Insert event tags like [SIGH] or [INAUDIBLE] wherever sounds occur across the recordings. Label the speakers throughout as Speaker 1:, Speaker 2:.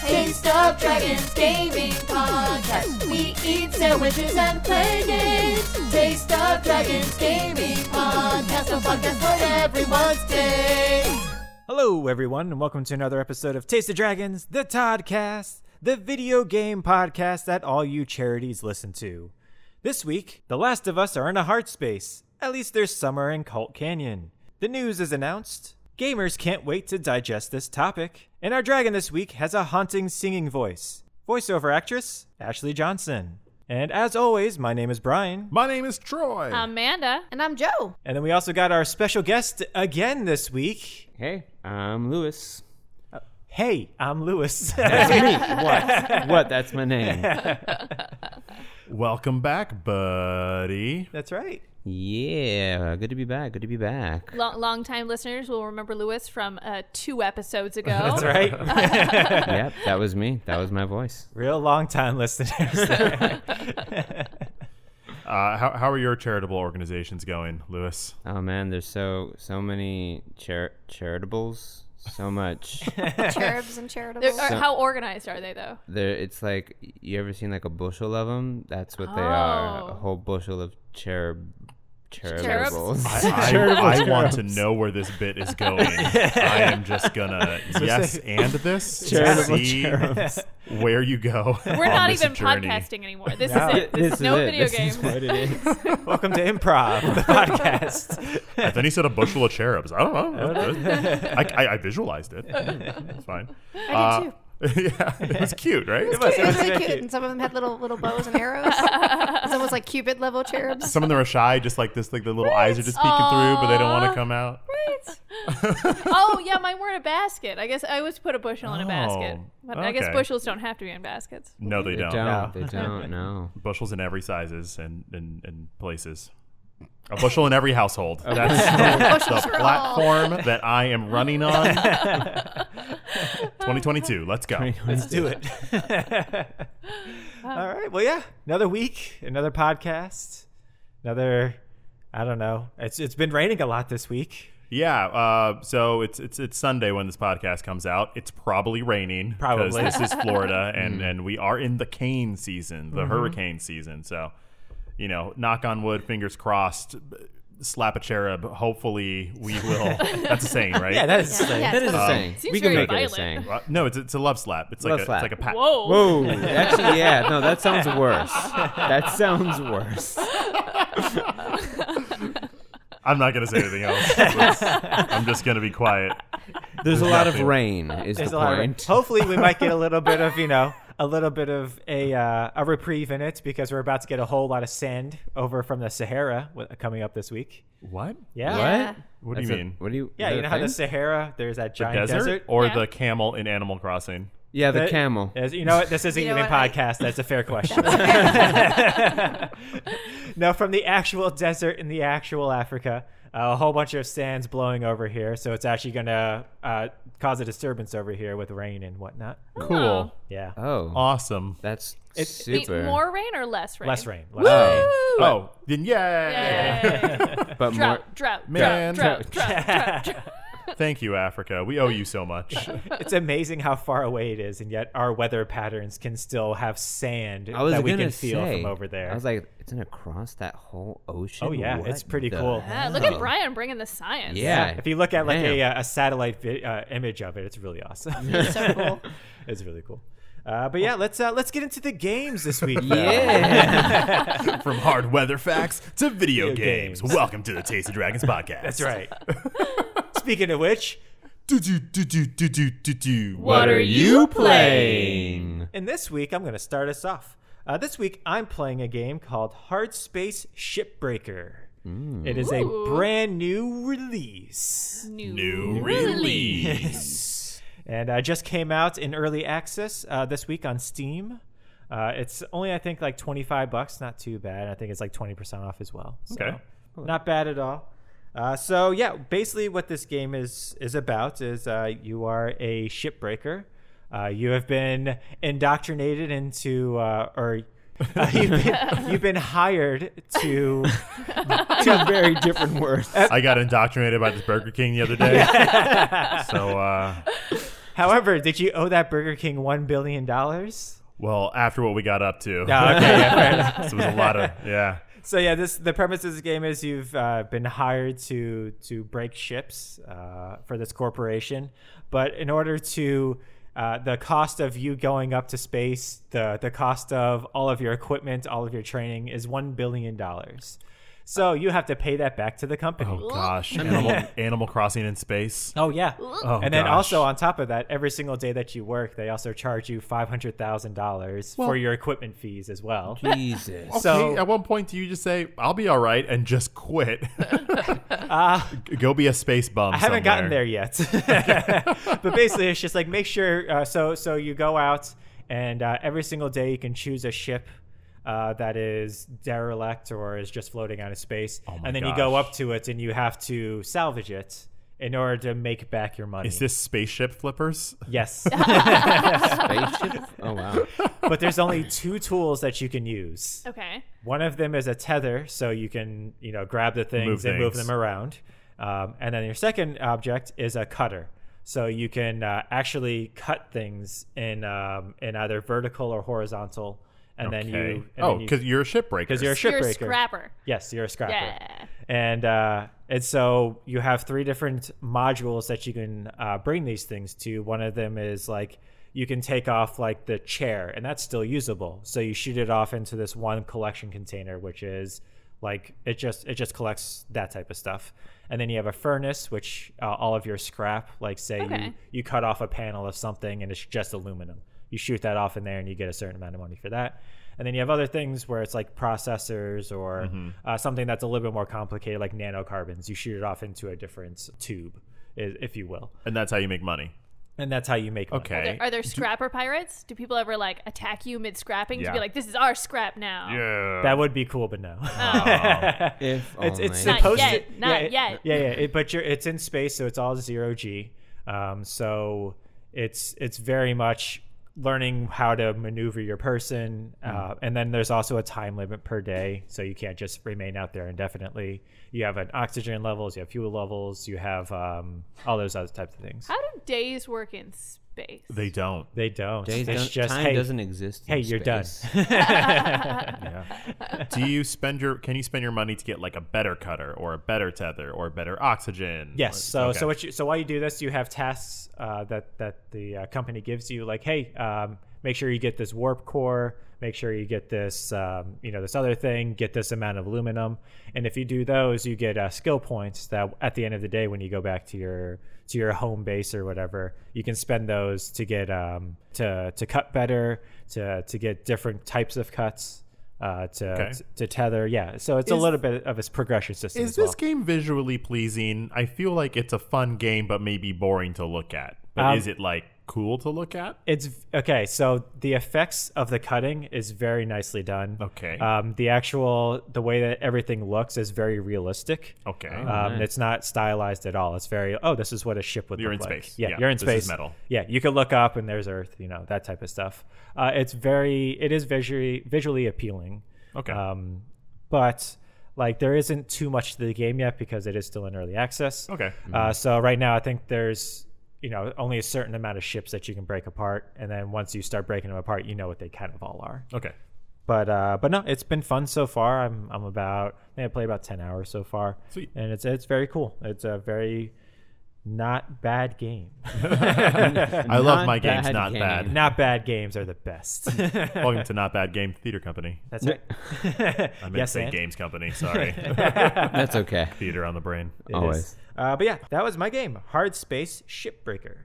Speaker 1: Taste of Dragons Gaming Podcast. We eat sandwiches and play games. Taste of Dragons Gaming Podcast. A podcast for everyone's taste.
Speaker 2: Hello, everyone, and welcome to another episode of Taste of Dragons, the Toddcast, the video game podcast that all you charities listen to. This week, The Last of Us are in a hard space. At least there's summer in Cult Canyon. The news is announced. Gamers can't wait to digest this topic. And our dragon this week has a haunting singing voice. Voiceover actress, Ashley Johnson. And as always, my name is Brian.
Speaker 3: My name is Troy.
Speaker 4: Amanda.
Speaker 5: And I'm Joe.
Speaker 2: And then we also got our special guest again this week.
Speaker 6: Hey, I'm Lewis.
Speaker 2: Hey, I'm Lewis. [LAUGHS]
Speaker 6: What? what? That's my name.
Speaker 3: Welcome back, buddy.
Speaker 2: That's right.
Speaker 6: Yeah, good to be back. Good to be back.
Speaker 4: Long, long time listeners will remember Lewis from uh, two episodes ago.
Speaker 2: That's right.
Speaker 6: yep, that was me. That was my voice.
Speaker 2: [LAUGHS] Real long time listeners.
Speaker 3: Uh, how, how are your charitable organizations going, Lewis?
Speaker 6: Oh man, there's so so many char- charitables. So much.
Speaker 5: Cherubs and charitable.
Speaker 4: They're- are- how organized are they, though?
Speaker 6: there, it's like you ever seen like a bushel of them? That's what they are.
Speaker 4: Oh.
Speaker 6: A whole bushel of cherub
Speaker 5: Cherubs?
Speaker 6: charitables. [LAUGHS]
Speaker 3: I, I, I want to know where this bit is going. I am just gonna yes and this to
Speaker 6: Charitable
Speaker 3: see where you go.
Speaker 4: We're
Speaker 3: on
Speaker 4: not
Speaker 3: this
Speaker 4: even
Speaker 3: journey.
Speaker 4: podcasting anymore. This
Speaker 2: No.
Speaker 4: is it. This, is no
Speaker 6: it.
Speaker 4: video
Speaker 6: This is
Speaker 4: games.
Speaker 6: what it is.
Speaker 2: Welcome to Improv, the podcast.
Speaker 3: And Then he said a bushel of cherubs. I don't know. I, I, I visualized it. It's fine. Uh,
Speaker 5: I did too.
Speaker 3: [LAUGHS] yeah, it was cute, right?
Speaker 2: was
Speaker 5: It was
Speaker 2: very
Speaker 5: really
Speaker 2: cute.
Speaker 5: cute. and some of them had little little bows and [LAUGHS] arrows. it's almost like Cupid level cherubs.
Speaker 3: Some of them are shy, just like this. Like the little eyes are just peeking through, but they don't want to
Speaker 4: Aw.
Speaker 3: come out.
Speaker 4: [LAUGHS]
Speaker 3: [LAUGHS]
Speaker 4: oh, yeah, mine were in a basket. I guess I always put a bushel in a basket.
Speaker 3: Oh,
Speaker 4: But I guess
Speaker 3: okay.
Speaker 4: bushels don't have to be in baskets.
Speaker 3: No, they
Speaker 6: They
Speaker 3: don't.
Speaker 6: don't. They don't. No.
Speaker 3: bushels in every sizes and and, and places. A bushel in every household.
Speaker 2: [LAUGHS]
Speaker 3: That's the, the
Speaker 5: for all.
Speaker 3: platform that I am running on. 2022. Let's
Speaker 2: [LAUGHS]
Speaker 3: go.
Speaker 2: Let's do it. All right. Well, yeah. Another week, another podcast, another. I don't know. It's it's been raining a lot this week.
Speaker 3: Yeah. Uh, so it's it's it's Sunday when this podcast comes out. It's probably raining. 'cause
Speaker 2: Probably. Mm.
Speaker 3: this
Speaker 2: [LAUGHS]
Speaker 3: is Florida, and and we are in the cane season,
Speaker 2: Mm-hmm.
Speaker 3: the hurricane season. So, you know, knock on wood, fingers crossed. Slap a cherub. Hopefully, we
Speaker 2: [LAUGHS]
Speaker 3: will. That's a saying, right?
Speaker 2: Yeah, that is
Speaker 5: Yeah.
Speaker 2: yeah,
Speaker 5: Yeah.
Speaker 6: [LAUGHS] That is a
Speaker 3: Um,
Speaker 6: saying.
Speaker 4: Seems
Speaker 6: we can
Speaker 4: very
Speaker 6: make it
Speaker 4: violent.
Speaker 6: a saying.
Speaker 3: Uh, no, it's it's a love slap. It's
Speaker 6: Love
Speaker 3: like a
Speaker 6: slap.
Speaker 3: it's like a pat.
Speaker 4: Whoa.
Speaker 6: Whoa.
Speaker 4: [LAUGHS]
Speaker 6: Actually, [LAUGHS] yeah. No, that sounds worse. That sounds worse.
Speaker 3: I'm not gonna say anything else.
Speaker 4: [LAUGHS]
Speaker 3: I'm just gonna be quiet.
Speaker 6: There's a lot of
Speaker 3: Nothing.
Speaker 6: rain. Is
Speaker 2: There's
Speaker 6: the
Speaker 2: a lot of rain.
Speaker 6: point?
Speaker 2: Hopefully, we might get a little bit of you know a little bit of a uh, a reprieve in it because we're about to get a whole lot of sand over from the Sahara wi- coming up this week.
Speaker 3: What?
Speaker 2: Yeah.
Speaker 5: Yeah.
Speaker 3: What
Speaker 6: That's
Speaker 3: do you
Speaker 6: a-
Speaker 3: mean?
Speaker 6: what do you?
Speaker 2: Yeah, you
Speaker 6: is that
Speaker 2: know
Speaker 6: a
Speaker 2: how the
Speaker 6: thing?
Speaker 2: Sahara, there's that giant
Speaker 3: Desert,
Speaker 2: desert. Mm.
Speaker 3: or
Speaker 4: Yeah.
Speaker 3: the camel in Animal Crossing?
Speaker 6: Yeah, the
Speaker 2: That-
Speaker 6: camel.
Speaker 2: As- you know what? This isn't
Speaker 5: You know
Speaker 2: even
Speaker 5: what? I-
Speaker 2: podcast. That's
Speaker 5: [LAUGHS]
Speaker 2: a fair question. [LAUGHS] no, from the actual desert in the actual Africa, uh, a whole bunch of sands blowing over here, so it's actually gonna uh, cause a disturbance over here with rain and whatnot.
Speaker 3: Cool.
Speaker 2: Yeah,
Speaker 6: Oh,
Speaker 3: Awesome.
Speaker 6: that's
Speaker 4: Be-
Speaker 6: super.
Speaker 4: More rain or less rain?
Speaker 2: less rain. Less rain.
Speaker 6: Oh,
Speaker 3: Oh, then yeah.
Speaker 4: Yay.
Speaker 6: but more.
Speaker 4: drought, drought,
Speaker 3: Man.
Speaker 4: drought, drought, drought,
Speaker 2: [LAUGHS]
Speaker 4: drought, drought.
Speaker 3: [LAUGHS] Thank you, Africa. We owe you so much. [LAUGHS]
Speaker 2: It's amazing how far away it is, and yet our weather patterns can still have sand
Speaker 6: I was
Speaker 2: that we
Speaker 6: gonna
Speaker 2: can
Speaker 6: say,
Speaker 2: feel from over there.
Speaker 6: I was like, it's gonna cross that whole ocean.
Speaker 2: oh yeah,
Speaker 6: What
Speaker 2: it's pretty
Speaker 6: the-
Speaker 2: cool.
Speaker 4: Yeah, Ah, look at Brian bringing the science.
Speaker 6: Yeah.
Speaker 2: If you look at like a,
Speaker 6: Damn.
Speaker 2: uh, a satellite vi- uh, image of it, it's really
Speaker 5: [LAUGHS]
Speaker 2: awesome.
Speaker 5: It's so cool.
Speaker 2: [LAUGHS] It's really cool. Uh, but yeah, let's uh, let's get into the games this week. though.
Speaker 6: [LAUGHS] Yeah.
Speaker 3: From hard weather facts to video,
Speaker 2: Video
Speaker 3: games.
Speaker 2: games.
Speaker 3: Welcome to the Taste of Dragons
Speaker 2: [LAUGHS]
Speaker 3: podcast.
Speaker 2: that's right. [LAUGHS] Speaking of which,
Speaker 3: Do do do do do do do do.
Speaker 4: What are you
Speaker 6: playing?
Speaker 2: and this week I'm going to start us off. Uh, this week I'm playing a game called Hard Space Shipbreaker.
Speaker 6: Mm.
Speaker 2: It is a brand new release,
Speaker 4: New,
Speaker 3: New
Speaker 2: [LAUGHS]
Speaker 3: release.
Speaker 2: and uh, just came out in early access uh, this week on Steam. Uh, it's only I think like 25 bucks, not too bad. I think it's like 20% off as well. So.
Speaker 3: Okay.
Speaker 2: not bad at all. Uh, so yeah, basically what this game is is about is uh, you are a shipbreaker. Uh, you have been indoctrinated into, uh, or [LAUGHS] uh, you've, been, you've been hired to. [LAUGHS]
Speaker 6: Two very [LAUGHS] different words.
Speaker 2: [LAUGHS]
Speaker 3: I got indoctrinated by this Burger King the other day. so uh,
Speaker 2: However, did you owe that Burger King one billion dollars?
Speaker 3: Well, after what we got up to,
Speaker 2: Yeah, Ah, okay, yeah, fair enough.
Speaker 3: [LAUGHS] so it was a lot of yeah.
Speaker 2: So yeah, this the premise of this game is you've uh, been hired to to break ships uh, for this corporation, but in order to uh, the cost of you going up to space, the the cost of all of your equipment, all of your training is one billion dollars. So you have to pay that back to the company.
Speaker 3: Oh gosh, Animal, Animal Crossing in space.
Speaker 2: Oh yeah.
Speaker 3: Oh,
Speaker 2: and then
Speaker 3: gosh.
Speaker 2: also on top of that, every single day that you work, they also charge you five hundred thousand dollars for your equipment fees as well.
Speaker 6: Jesus.
Speaker 2: so-
Speaker 3: Okay, at one point, do you just say, "I'll be all right" and just quit?
Speaker 2: [LAUGHS]
Speaker 3: G- Go be a space bum.
Speaker 2: Uh, I haven't gotten there yet, [LAUGHS] but basically it's just like make sure. Uh, so so you go out and uh, every single day you can choose a ship. Uh, that is derelict or is just floating out of space,
Speaker 3: Oh my
Speaker 2: and then you go
Speaker 3: gosh.
Speaker 2: up to it and you have to salvage it in order to make back your money.
Speaker 3: Is this spaceship flippers?
Speaker 2: yes?
Speaker 6: Spaceship? Oh wow.
Speaker 2: but there's only two tools that you can use.
Speaker 4: Okay.
Speaker 2: One of them is a tether, so you can you know grab the things
Speaker 3: Move
Speaker 2: and move
Speaker 3: things.
Speaker 2: them around. Um, and then your second object is a cutter, so you can uh, actually cut things in um, in either vertical or horizontal. And then you
Speaker 3: Okay.
Speaker 2: and then
Speaker 3: oh,
Speaker 2: you-
Speaker 3: because you're a shipbreaker.
Speaker 2: 'cause you're a
Speaker 4: You're a
Speaker 2: shipbreaker.
Speaker 4: scrapper.
Speaker 2: yes, you're a scrapper.
Speaker 4: Yeah.
Speaker 2: And uh, and so you have three different modules that you can uh, bring these things to. One of them is like you can take off like the chair, and that's still usable. So you shoot it off into this one collection container, which is like it just it just collects that type of stuff. And then you have a furnace, which uh, all of your scrap, like say you
Speaker 4: Okay.
Speaker 2: you cut off a panel of something and it's just aluminum. You shoot that off in there and you get a certain amount of money for that. And then you have other things where it's like processors or uh, something that's a little bit more complicated, like nanocarbons. You shoot it off into a different tube, i- if you will.
Speaker 3: and that's how you make money.
Speaker 2: And that's how you make money.
Speaker 3: Okay.
Speaker 4: Are there scrapper pirates? Do people ever like attack you mid scrapping
Speaker 3: Yeah.
Speaker 4: to be like, "This is our scrap now"?
Speaker 3: yeah.
Speaker 2: That would be cool, but no. [LAUGHS] it's,
Speaker 6: If only.
Speaker 2: it's
Speaker 4: Not
Speaker 2: supposed
Speaker 4: yet,
Speaker 2: to
Speaker 4: not
Speaker 2: yeah, it-
Speaker 4: yet.
Speaker 2: yeah yeah it, but you're it's in space so it's all zero g um, so it's it's very much learning how to maneuver your person uh,
Speaker 6: Mm.
Speaker 2: and then there's also a time limit per day so you can't just remain out there indefinitely you have an oxygen levels you have fuel levels you have um, all those other types of things
Speaker 4: How do days work in space?
Speaker 3: they don't.
Speaker 2: they don't
Speaker 6: Days
Speaker 2: it's
Speaker 6: don't-
Speaker 2: just
Speaker 6: time
Speaker 2: hey
Speaker 6: doesn't exist. in
Speaker 2: hey you're
Speaker 6: space.
Speaker 2: done
Speaker 3: Do you spend your? Can you spend your money to get like a better cutter or a better tether or better oxygen?
Speaker 2: Yes. So
Speaker 3: Okay.
Speaker 2: so what you, so while you do this, you have tasks uh, that that the uh, company gives you, like hey, um, make sure you get this warp core, make sure you get this um, you know this other thing, get this amount of aluminum, and if you do those, you get uh, skill points that at the end of the day, when you go back to your to your home base or whatever, you can spend those to get um, to to cut better, to to get different types of cuts. Uh, to,
Speaker 3: Okay.
Speaker 2: to tether, yeah. So it's a
Speaker 3: Is-
Speaker 2: little bit of a progression system.
Speaker 3: Is
Speaker 2: as well.
Speaker 3: this game visually pleasing? I feel like it's a fun game, but maybe boring to look at. But
Speaker 2: Um,
Speaker 3: is it like cool to look at?
Speaker 2: It's okay. So the effects of the cutting is very nicely done.
Speaker 3: Okay.
Speaker 2: Um, the actual the way that everything looks is very realistic.
Speaker 3: Okay.
Speaker 2: Um, It's not stylized at all. It's very oh, this is what a ship would
Speaker 3: You're
Speaker 2: look
Speaker 3: in
Speaker 2: like.
Speaker 3: space.
Speaker 2: Yeah,
Speaker 3: Yeah,
Speaker 2: you're in
Speaker 3: this is
Speaker 2: space.
Speaker 3: metal.
Speaker 2: Yeah, you could look up and there's Earth. You know that type of stuff. Uh, it's very it is visually visually appealing.
Speaker 3: Okay.
Speaker 2: Um, but like there isn't too much to the game yet because it is still in early access.
Speaker 3: Okay.
Speaker 2: Uh, so right now, I think there's you know only a certain amount of ships that you can break apart, and then once you start breaking them apart, you know what they kind of all are.
Speaker 3: okay.
Speaker 2: But uh, but no, it's been fun so far. I'm I'm about I think I played about ten hours so far,
Speaker 3: Sweet.
Speaker 2: and it's it's very cool. It's a very not bad
Speaker 3: [LAUGHS]
Speaker 2: game. [LAUGHS]
Speaker 3: I love
Speaker 6: Not
Speaker 3: my games
Speaker 6: bad
Speaker 3: not
Speaker 6: game.
Speaker 3: bad.
Speaker 2: not bad games are the
Speaker 3: [LAUGHS]
Speaker 2: best.
Speaker 3: Welcome to Not Bad Game Theater Company.
Speaker 2: That's right.
Speaker 3: [LAUGHS]
Speaker 2: [LAUGHS]
Speaker 3: I meant
Speaker 2: yes,
Speaker 3: to say
Speaker 2: and? [LAUGHS]
Speaker 3: Games Company. Sorry. [LAUGHS]
Speaker 6: That's okay.
Speaker 3: Theater on the brain.
Speaker 2: It is.
Speaker 6: Always.
Speaker 2: Uh, but yeah, that was my game, Hard Space Shipbreaker.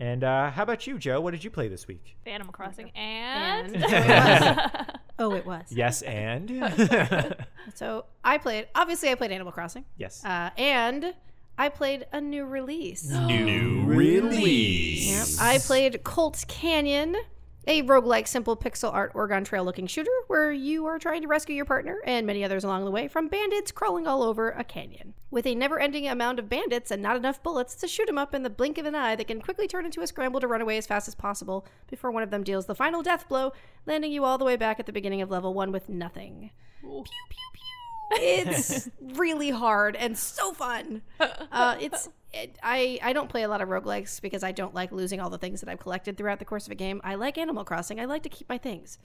Speaker 2: And uh, how about you, Joe? What did you play this week?
Speaker 4: The Animal Crossing and,
Speaker 3: [LAUGHS]
Speaker 5: Oh, it was.
Speaker 2: Yes, and [LAUGHS]
Speaker 5: So I played. Obviously, I played Animal Crossing,
Speaker 2: yes.
Speaker 5: uh, and I played a new release.
Speaker 3: New release.
Speaker 5: Yep. I played Colt Canyon, a roguelike simple pixel art Oregon Trail looking shooter where you are trying to rescue your partner and many others along the way from bandits crawling all over a canyon. With a never ending amount of bandits and not enough bullets to shoot them up in the blink of an eye, they can quickly turn into a scramble to run away as fast as possible before one of them deals the final death blow, landing you all the way back at the beginning of level one with nothing. It's really hard and so fun. Uh, it's it- I, I don't play a lot of roguelikes because I don't like losing all the things that I've collected throughout the course of a game. I like Animal Crossing. I like to keep my things.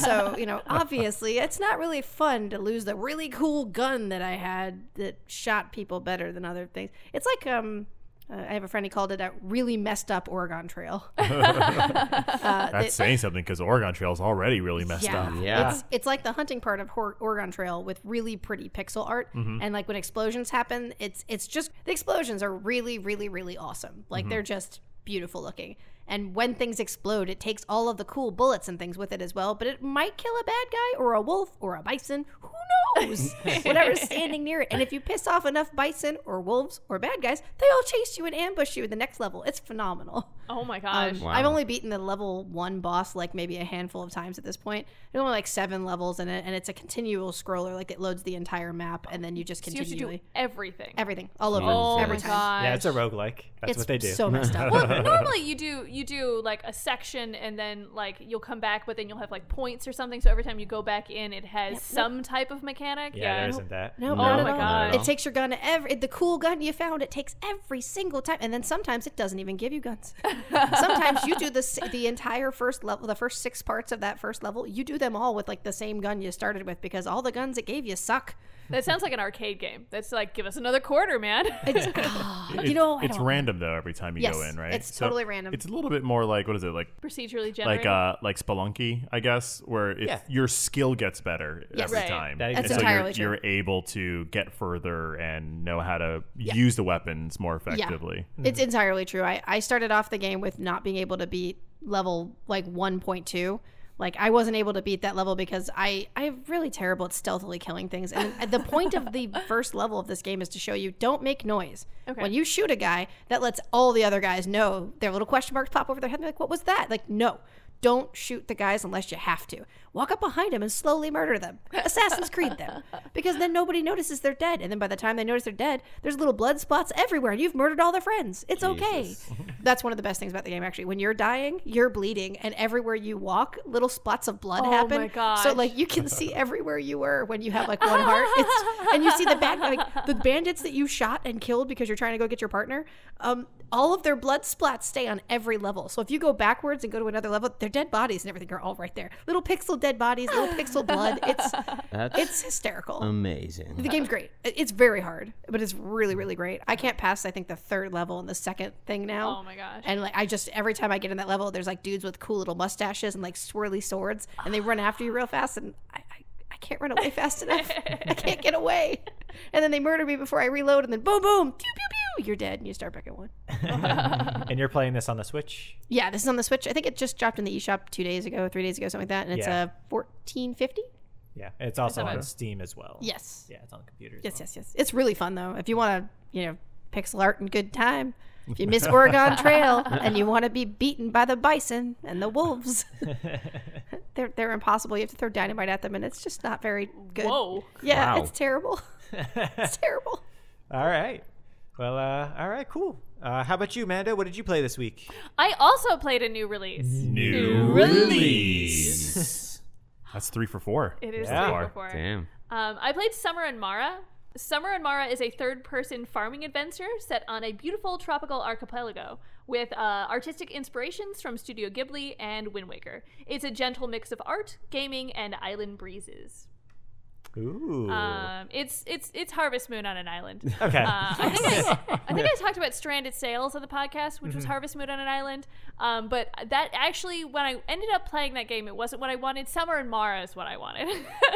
Speaker 5: so, you know, obviously, it's not really fun to lose the really cool gun that I had that shot people better than other things. It's like um uh, I have a friend he called it a really messed up Oregon Trail. Uh,
Speaker 3: That's saying something because Oregon Trail's already really messed up.
Speaker 6: Yeah.
Speaker 5: It's, it's like the hunting part of Hor- Oregon Trail with really pretty pixel art.
Speaker 3: Mm-hmm.
Speaker 5: And like when explosions happen, it's it's just the explosions are really really really awesome. Like
Speaker 3: Mm-hmm.
Speaker 5: they're just beautiful looking. And when things explode, it takes all of the cool bullets and things with it as well, but it might kill a bad guy or a wolf or a bison. Who
Speaker 3: [LAUGHS]
Speaker 5: knows? Whatever's standing near it. And if you piss off enough bison or wolves or bad guys, they all chase you and ambush you at the next level. It's phenomenal.
Speaker 4: [LAUGHS] Oh
Speaker 5: Um,
Speaker 4: my gosh.
Speaker 6: Wow.
Speaker 5: I've only beaten the level one boss like maybe a handful of times at this point. There's only like seven levels in it, and it's a continual scroller. Like it loads the entire map, and then you just
Speaker 4: so you have to
Speaker 5: continually
Speaker 4: do everything.
Speaker 5: everything all over
Speaker 4: Oh
Speaker 5: every
Speaker 4: my
Speaker 5: time.
Speaker 4: gosh.
Speaker 2: Yeah, it's a roguelike. That's
Speaker 5: it's
Speaker 2: what they do.
Speaker 5: so messed up. [LAUGHS]
Speaker 2: [LAUGHS]
Speaker 4: well, normally you do you do like a section and then like you'll come back, but then you'll have like points or something. So every time you go back in, it has some type of mechanic.
Speaker 2: yeah, there isn't that.
Speaker 5: no,
Speaker 6: No,
Speaker 5: not at
Speaker 4: Oh my
Speaker 5: all.
Speaker 4: God.
Speaker 5: It takes your gun to every the cool gun you found. It takes every single time, and then sometimes it doesn't even give you
Speaker 4: [LAUGHS]
Speaker 5: guns. sometimes you do the s- the entire first level, the first six parts of that first level. You do them all with like the same gun you started with because all the guns it gave you suck.
Speaker 4: That sounds like an arcade game. That's like give us another quarter,
Speaker 2: [LAUGHS]
Speaker 4: man.
Speaker 5: [GASPS] you know, I
Speaker 3: it's
Speaker 5: don't-
Speaker 3: random though every time you go
Speaker 5: Yes,
Speaker 3: in, right?
Speaker 5: it's totally random.
Speaker 3: It's a little bit more like what is it like?
Speaker 4: Procedurally
Speaker 3: Like
Speaker 4: generated.
Speaker 3: uh, like Spelunky, I guess, where it's,
Speaker 2: Yeah.
Speaker 3: your skill gets better
Speaker 5: Yes.
Speaker 3: every
Speaker 4: Right.
Speaker 3: time,
Speaker 2: That
Speaker 3: and
Speaker 2: is
Speaker 3: so
Speaker 5: entirely true.
Speaker 3: you're, you're able to get further and know how to use the weapons more
Speaker 5: Yeah.
Speaker 3: effectively.
Speaker 5: It's entirely true. I, I started off the game with not being able to beat level like 1.2. Like I wasn't able to beat that level because I I'm really terrible at stealthily killing things. And the point of the first level of this game is to show you don't make noise.
Speaker 4: Okay.
Speaker 5: When you shoot a guy, that lets all the other guys know. Their little question marks pop over their head. They're like, "What was that?" Like, no. Don't shoot the guys unless you have to. Walk up behind them and slowly murder them. Assassin's Creed them. Because then nobody notices they're dead. And then by the time they notice they're dead, there's little blood spots everywhere and you've murdered all their friends. It's okay. That's one of the best things about the game, actually. When you're dying, you're bleeding, and everywhere you walk, little spots of blood
Speaker 4: Oh
Speaker 5: happen.
Speaker 4: my gosh.
Speaker 5: So, like, you can see everywhere you were when you have, like, one
Speaker 4: [LAUGHS]
Speaker 5: heart. It's, and you see the bad, like, the bandits that you shot and killed because you're trying to go get your partner. Um, all of their blood splats stay on every level. So if you go backwards and go to another level, their dead bodies and everything are all right there. Little pixel dead bodies, little pixel blood.
Speaker 4: [LAUGHS]
Speaker 5: It's
Speaker 6: That's
Speaker 5: it's hysterical.
Speaker 6: Um,
Speaker 5: The
Speaker 6: amazing.
Speaker 5: game's great. It- It's very hard, but it's really, really great. I can't pass, I think, the third level and the second thing now.
Speaker 4: Oh my gosh.
Speaker 5: And like, I just every time I get in that level, there's like dudes with cool little mustaches and like swirly swords, and they run after you real fast, and I, I, I can't run away fast enough. I can't get away. And then they murder me before I reload, and then boom, boom, pew, pew, pew, you're dead, and you start back at one.
Speaker 2: And you're playing this on the Switch?
Speaker 5: Yeah, this is on the Switch. I think it just dropped in the eShop two days ago, three days ago, something like that, and it's
Speaker 2: Yeah.
Speaker 5: a fourteen fifty.
Speaker 2: Yeah. And it's also
Speaker 4: about
Speaker 2: on
Speaker 4: it.
Speaker 2: Steam as well.
Speaker 5: Yes.
Speaker 2: Yeah, it's on the computer. as
Speaker 5: Yes,
Speaker 2: well.
Speaker 5: yes, yes. It's really fun though. If you want to, you know, pixel art and good time. If you miss Oregon Trail and you want to be beaten by the bison and the wolves, they're they're impossible. You have to throw dynamite at them, and it's just not very good.
Speaker 4: Whoa.
Speaker 5: Yeah,
Speaker 6: Wow.
Speaker 5: it's terrible. [LAUGHS] it's terrible.
Speaker 2: [LAUGHS] All right. Well, uh, all right, cool. Uh, how about you, Amanda? What did you play this week?
Speaker 4: I also played a new release.
Speaker 3: Mm. New
Speaker 4: [LAUGHS]
Speaker 2: release.
Speaker 3: That's three for four.
Speaker 4: It is
Speaker 2: Yeah.
Speaker 4: three before.
Speaker 2: [LAUGHS]
Speaker 6: Damn.
Speaker 4: Um, I played Summer and Mara. Summer and Mara is a third person farming adventure set on a beautiful tropical archipelago with uh, artistic inspirations from Studio Ghibli and Wind Waker. It's a gentle mix of art, gaming, and island breezes.
Speaker 2: Ooh.
Speaker 4: Um, it's it's it's Harvest Moon on an island.
Speaker 2: okay.
Speaker 4: Uh, I, think
Speaker 3: [LAUGHS]
Speaker 4: I, I think I talked about stranded sales on the podcast, which
Speaker 3: Mm-hmm.
Speaker 4: was Harvest Moon on an island. Um, but that actually, when I ended up playing that game, it wasn't what I wanted. Summer and Mara is what I
Speaker 3: [LAUGHS]
Speaker 4: wanted. [LAUGHS]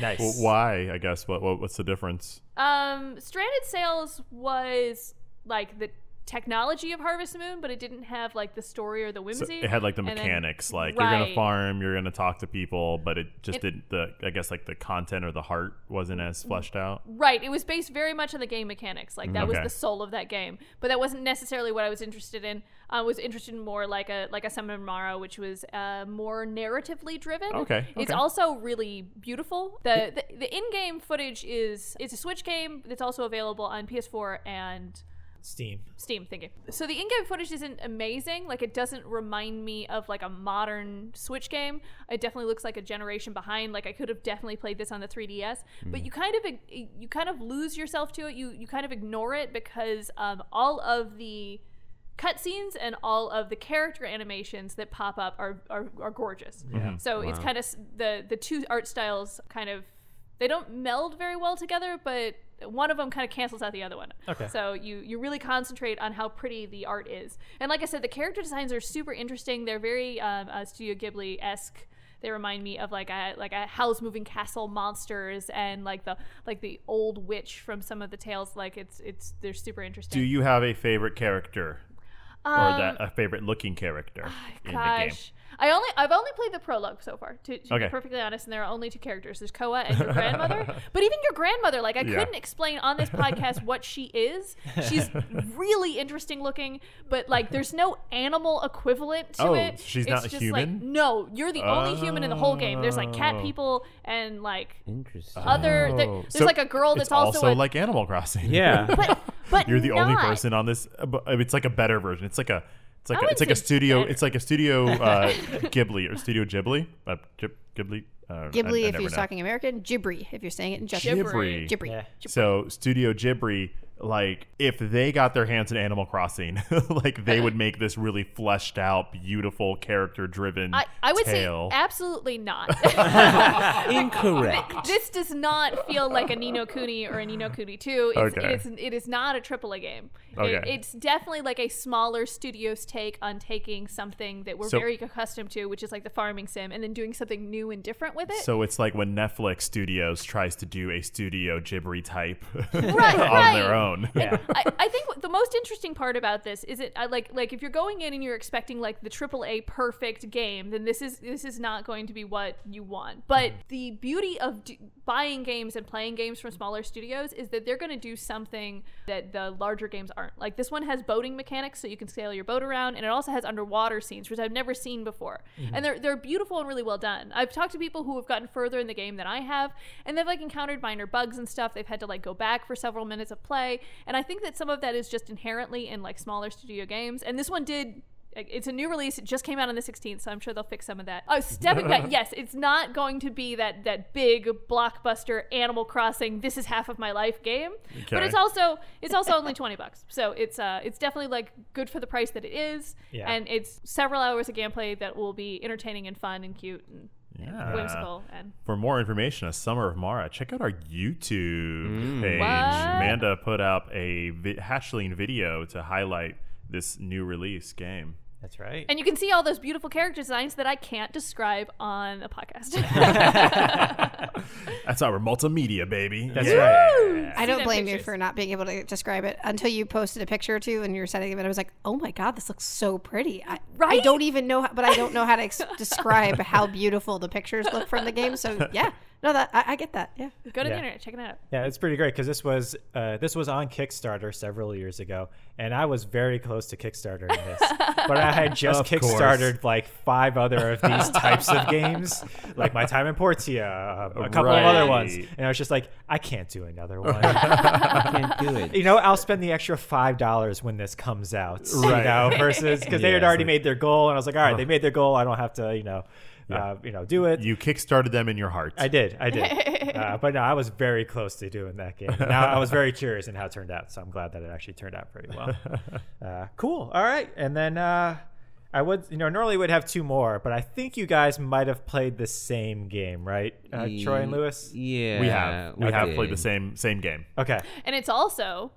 Speaker 2: nice.
Speaker 3: Well, why? I guess. What, what? What's the difference?
Speaker 4: um, stranded sales was like the technology of Harvest Moon, but it didn't have like the story or the
Speaker 3: So
Speaker 4: whimsy.
Speaker 3: it had like the
Speaker 4: And then-
Speaker 3: mechanics, like you're gonna
Speaker 4: Right.
Speaker 3: farm, you're gonna talk to people, but it
Speaker 4: It-
Speaker 3: just
Speaker 4: Mm,
Speaker 3: didn't. The I guess like the content or the heart wasn't as fleshed out.
Speaker 4: Right. It was based very much on the game mechanics. Like that was
Speaker 3: Okay.
Speaker 4: the soul of that game. But that wasn't necessarily what I was interested in. I was interested in more like a like a Summon Mara, which was uh, more narratively driven.
Speaker 3: Okay,
Speaker 4: It's
Speaker 3: okay.
Speaker 4: also really beautiful. The the, the in game footage is it's a Switch game that's also available on PS4 and
Speaker 2: Steam.
Speaker 4: Steam, thank you. So the in-game footage isn't amazing. Like it doesn't remind me of like a modern Switch game. It definitely looks like a generation behind. Like I could have definitely played this on the 3DS. But you kind of you kind of lose yourself to it. You you kind of ignore it because um, all of the cutscenes and all of the character animations that pop up are are, are gorgeous. So it's
Speaker 6: Wow.
Speaker 4: kind of the the two art styles kind of they don't meld very well together, but one of them kind of cancels out the other one.
Speaker 2: Okay.
Speaker 4: So you you really concentrate on how pretty the art is, and like I said, the character designs are super interesting. They're very um, uh, Studio Ghibli esque. They remind me of like a like a house moving castle monsters and like the like the old witch from some of the tales. Like it's it's they're super interesting. Um,
Speaker 3: Do you have a favorite character or that a favorite looking
Speaker 4: [SIGHS]
Speaker 3: character in the game?
Speaker 4: oh Gosh. I only I've only played the prologue so far. To, to
Speaker 3: Okay.
Speaker 4: be perfectly honest, and there are only two characters: there's Koa and your
Speaker 3: [LAUGHS]
Speaker 4: grandmother. But even your grandmother, like I
Speaker 3: Yeah.
Speaker 4: couldn't explain on this podcast what she is.
Speaker 3: [LAUGHS]
Speaker 4: She's really interesting looking, but like there's no animal equivalent to
Speaker 3: Oh,
Speaker 4: it.
Speaker 3: she's
Speaker 4: it's
Speaker 3: not
Speaker 4: just Like,
Speaker 3: human?
Speaker 4: no, you're the only human in the whole game. There's like cat
Speaker 3: Oh.
Speaker 4: people and like
Speaker 6: Interesting.
Speaker 4: other. there-
Speaker 3: Oh.
Speaker 4: there's
Speaker 3: So
Speaker 4: like a girl that's
Speaker 3: it's also,
Speaker 4: a,
Speaker 3: like Animal Crossing. [LAUGHS]
Speaker 6: yeah.
Speaker 4: but, but
Speaker 3: You're the only
Speaker 4: not.
Speaker 3: person on this. uh, bu- It's like a better version. It's like a. It's
Speaker 4: I
Speaker 3: like a,
Speaker 4: wouldn't
Speaker 3: it's like a
Speaker 4: say
Speaker 3: studio.
Speaker 4: better.
Speaker 3: It's like
Speaker 4: [LAUGHS]
Speaker 3: a studio uh, Ghibli or Studio Ghibli. Uh, Ghib- Ghibli. Uh, I- I
Speaker 5: Ghibli, if
Speaker 3: never
Speaker 5: you're
Speaker 3: know.
Speaker 5: talking American, Ghibli, if you're saying it in Japanese.
Speaker 4: Ghibli.
Speaker 3: Ghibli.
Speaker 5: Ghibli.
Speaker 2: Yeah.
Speaker 3: So Studio Ghibli, like if they got their hands on Animal Crossing, [LAUGHS] like they would make this really fleshed out, beautiful, character driven.
Speaker 4: I, I would
Speaker 3: tale.
Speaker 4: say absolutely
Speaker 3: [LAUGHS]
Speaker 4: not. [LAUGHS]
Speaker 2: Incorrect.
Speaker 4: this does not feel like a Nino Cooney or a Nino Cooney 2. It's,
Speaker 3: Okay.
Speaker 4: it's, it is not a AAA game. It-
Speaker 3: Okay.
Speaker 4: it's definitely like a smaller studio's take on taking something that we're
Speaker 3: So-
Speaker 4: very accustomed to, which is like the farming sim, and then doing something new and different with it.
Speaker 3: So it's like when Netflix Studios tries to do a Studio Ghibli type [LAUGHS]
Speaker 4: right,
Speaker 3: on
Speaker 4: right. [LAUGHS]
Speaker 3: their own.
Speaker 4: And I, I think what- the most interesting part about this is it I like like if you're going in and you're expecting like the AAA perfect game, then this is this is not going to be what you want. But the beauty of d- buying games and playing games from smaller studios is that they're going to do something that the larger games aren't. Like this one has boating mechanics, so you can scale your boat around, and it also has underwater scenes, which I've never seen before, and they're they're beautiful and really well done. I've talked to people who have gotten further in the game than I have, and they've like encountered minor bugs and stuff. They've had to like go back for several minutes of play, and I think that some of that is just inherently in like smaller studio games. And this one did. like, It's a new release. It just came out on the 16th, so I'm sure they'll fix some of that. Oh, stepping back, yes, it's not going to be that that big blockbuster Animal Crossing. This is half of my life game, but
Speaker 3: Okay.
Speaker 4: it's also it's also only 20 bucks, so it's uh it's definitely like good for the price that it is,
Speaker 2: Yeah.
Speaker 4: and it's several hours of gameplay that will be entertaining and fun and cute and, and
Speaker 6: Uh.
Speaker 3: Yeah.
Speaker 4: whimsical and
Speaker 3: For more information, a summer of Mara, check out our YouTube page.
Speaker 4: What?
Speaker 3: Amanda put up a vi- hatchling video to highlight this new release game.
Speaker 2: [LAUGHS] That's right.
Speaker 4: and you can see all those beautiful character designs that I can't describe on a
Speaker 6: [LAUGHS]
Speaker 4: podcast.
Speaker 3: That's our multimedia, baby.
Speaker 2: That's
Speaker 3: Yeah.
Speaker 2: right.
Speaker 5: I don't
Speaker 4: them
Speaker 5: blame you
Speaker 4: pictures.
Speaker 5: for not being able to describe it until you posted a picture or two and you were sending them, and I was like, "Oh my god, this looks so pretty!" I, I
Speaker 4: Right?
Speaker 5: don't even know, how, but I don't know how to ex- [LAUGHS] describe how beautiful the pictures look from the game.
Speaker 4: [LAUGHS]
Speaker 5: So yeah, no, that I, I get that. Yeah,
Speaker 4: Go to
Speaker 2: Yeah.
Speaker 4: the internet, check it out.
Speaker 2: Yeah, it's pretty great because this was uh, this was on Kickstarter several years ago, and I was very close to Kickstarter in this, but I had just
Speaker 3: Of course.
Speaker 2: Kickstarted like five other of these types of games, like my time in Portia, a couple of other ones,
Speaker 3: Right.
Speaker 2: and I was just like, I can't do another one. [LAUGHS]
Speaker 6: I can't do it.
Speaker 2: you know, I'll spend the extra five dollars when this comes out, you
Speaker 3: Right.
Speaker 2: know, versus because they
Speaker 3: Yeah,
Speaker 2: had
Speaker 3: it's
Speaker 2: already
Speaker 3: like-
Speaker 2: made their goal, and I was like, all right, they made their goal, I don't have to, you know, uh, you know, do it.
Speaker 3: [LAUGHS] You kickstarted them in your heart.
Speaker 2: I did, I did. uh, but no, I was very close to doing that game. Now I was very curious in how it turned out, so I'm glad that it actually turned out pretty
Speaker 3: [LAUGHS]
Speaker 2: well. Uh, cool. All right, and then uh, I would, you know, normally would have two more, but I think you guys might have played the same game, right, uh, Troy and Lewis?
Speaker 3: [LAUGHS]
Speaker 6: Yeah.
Speaker 3: we have we have played the
Speaker 6: did.
Speaker 3: same same game.
Speaker 2: Okay.
Speaker 4: And it's also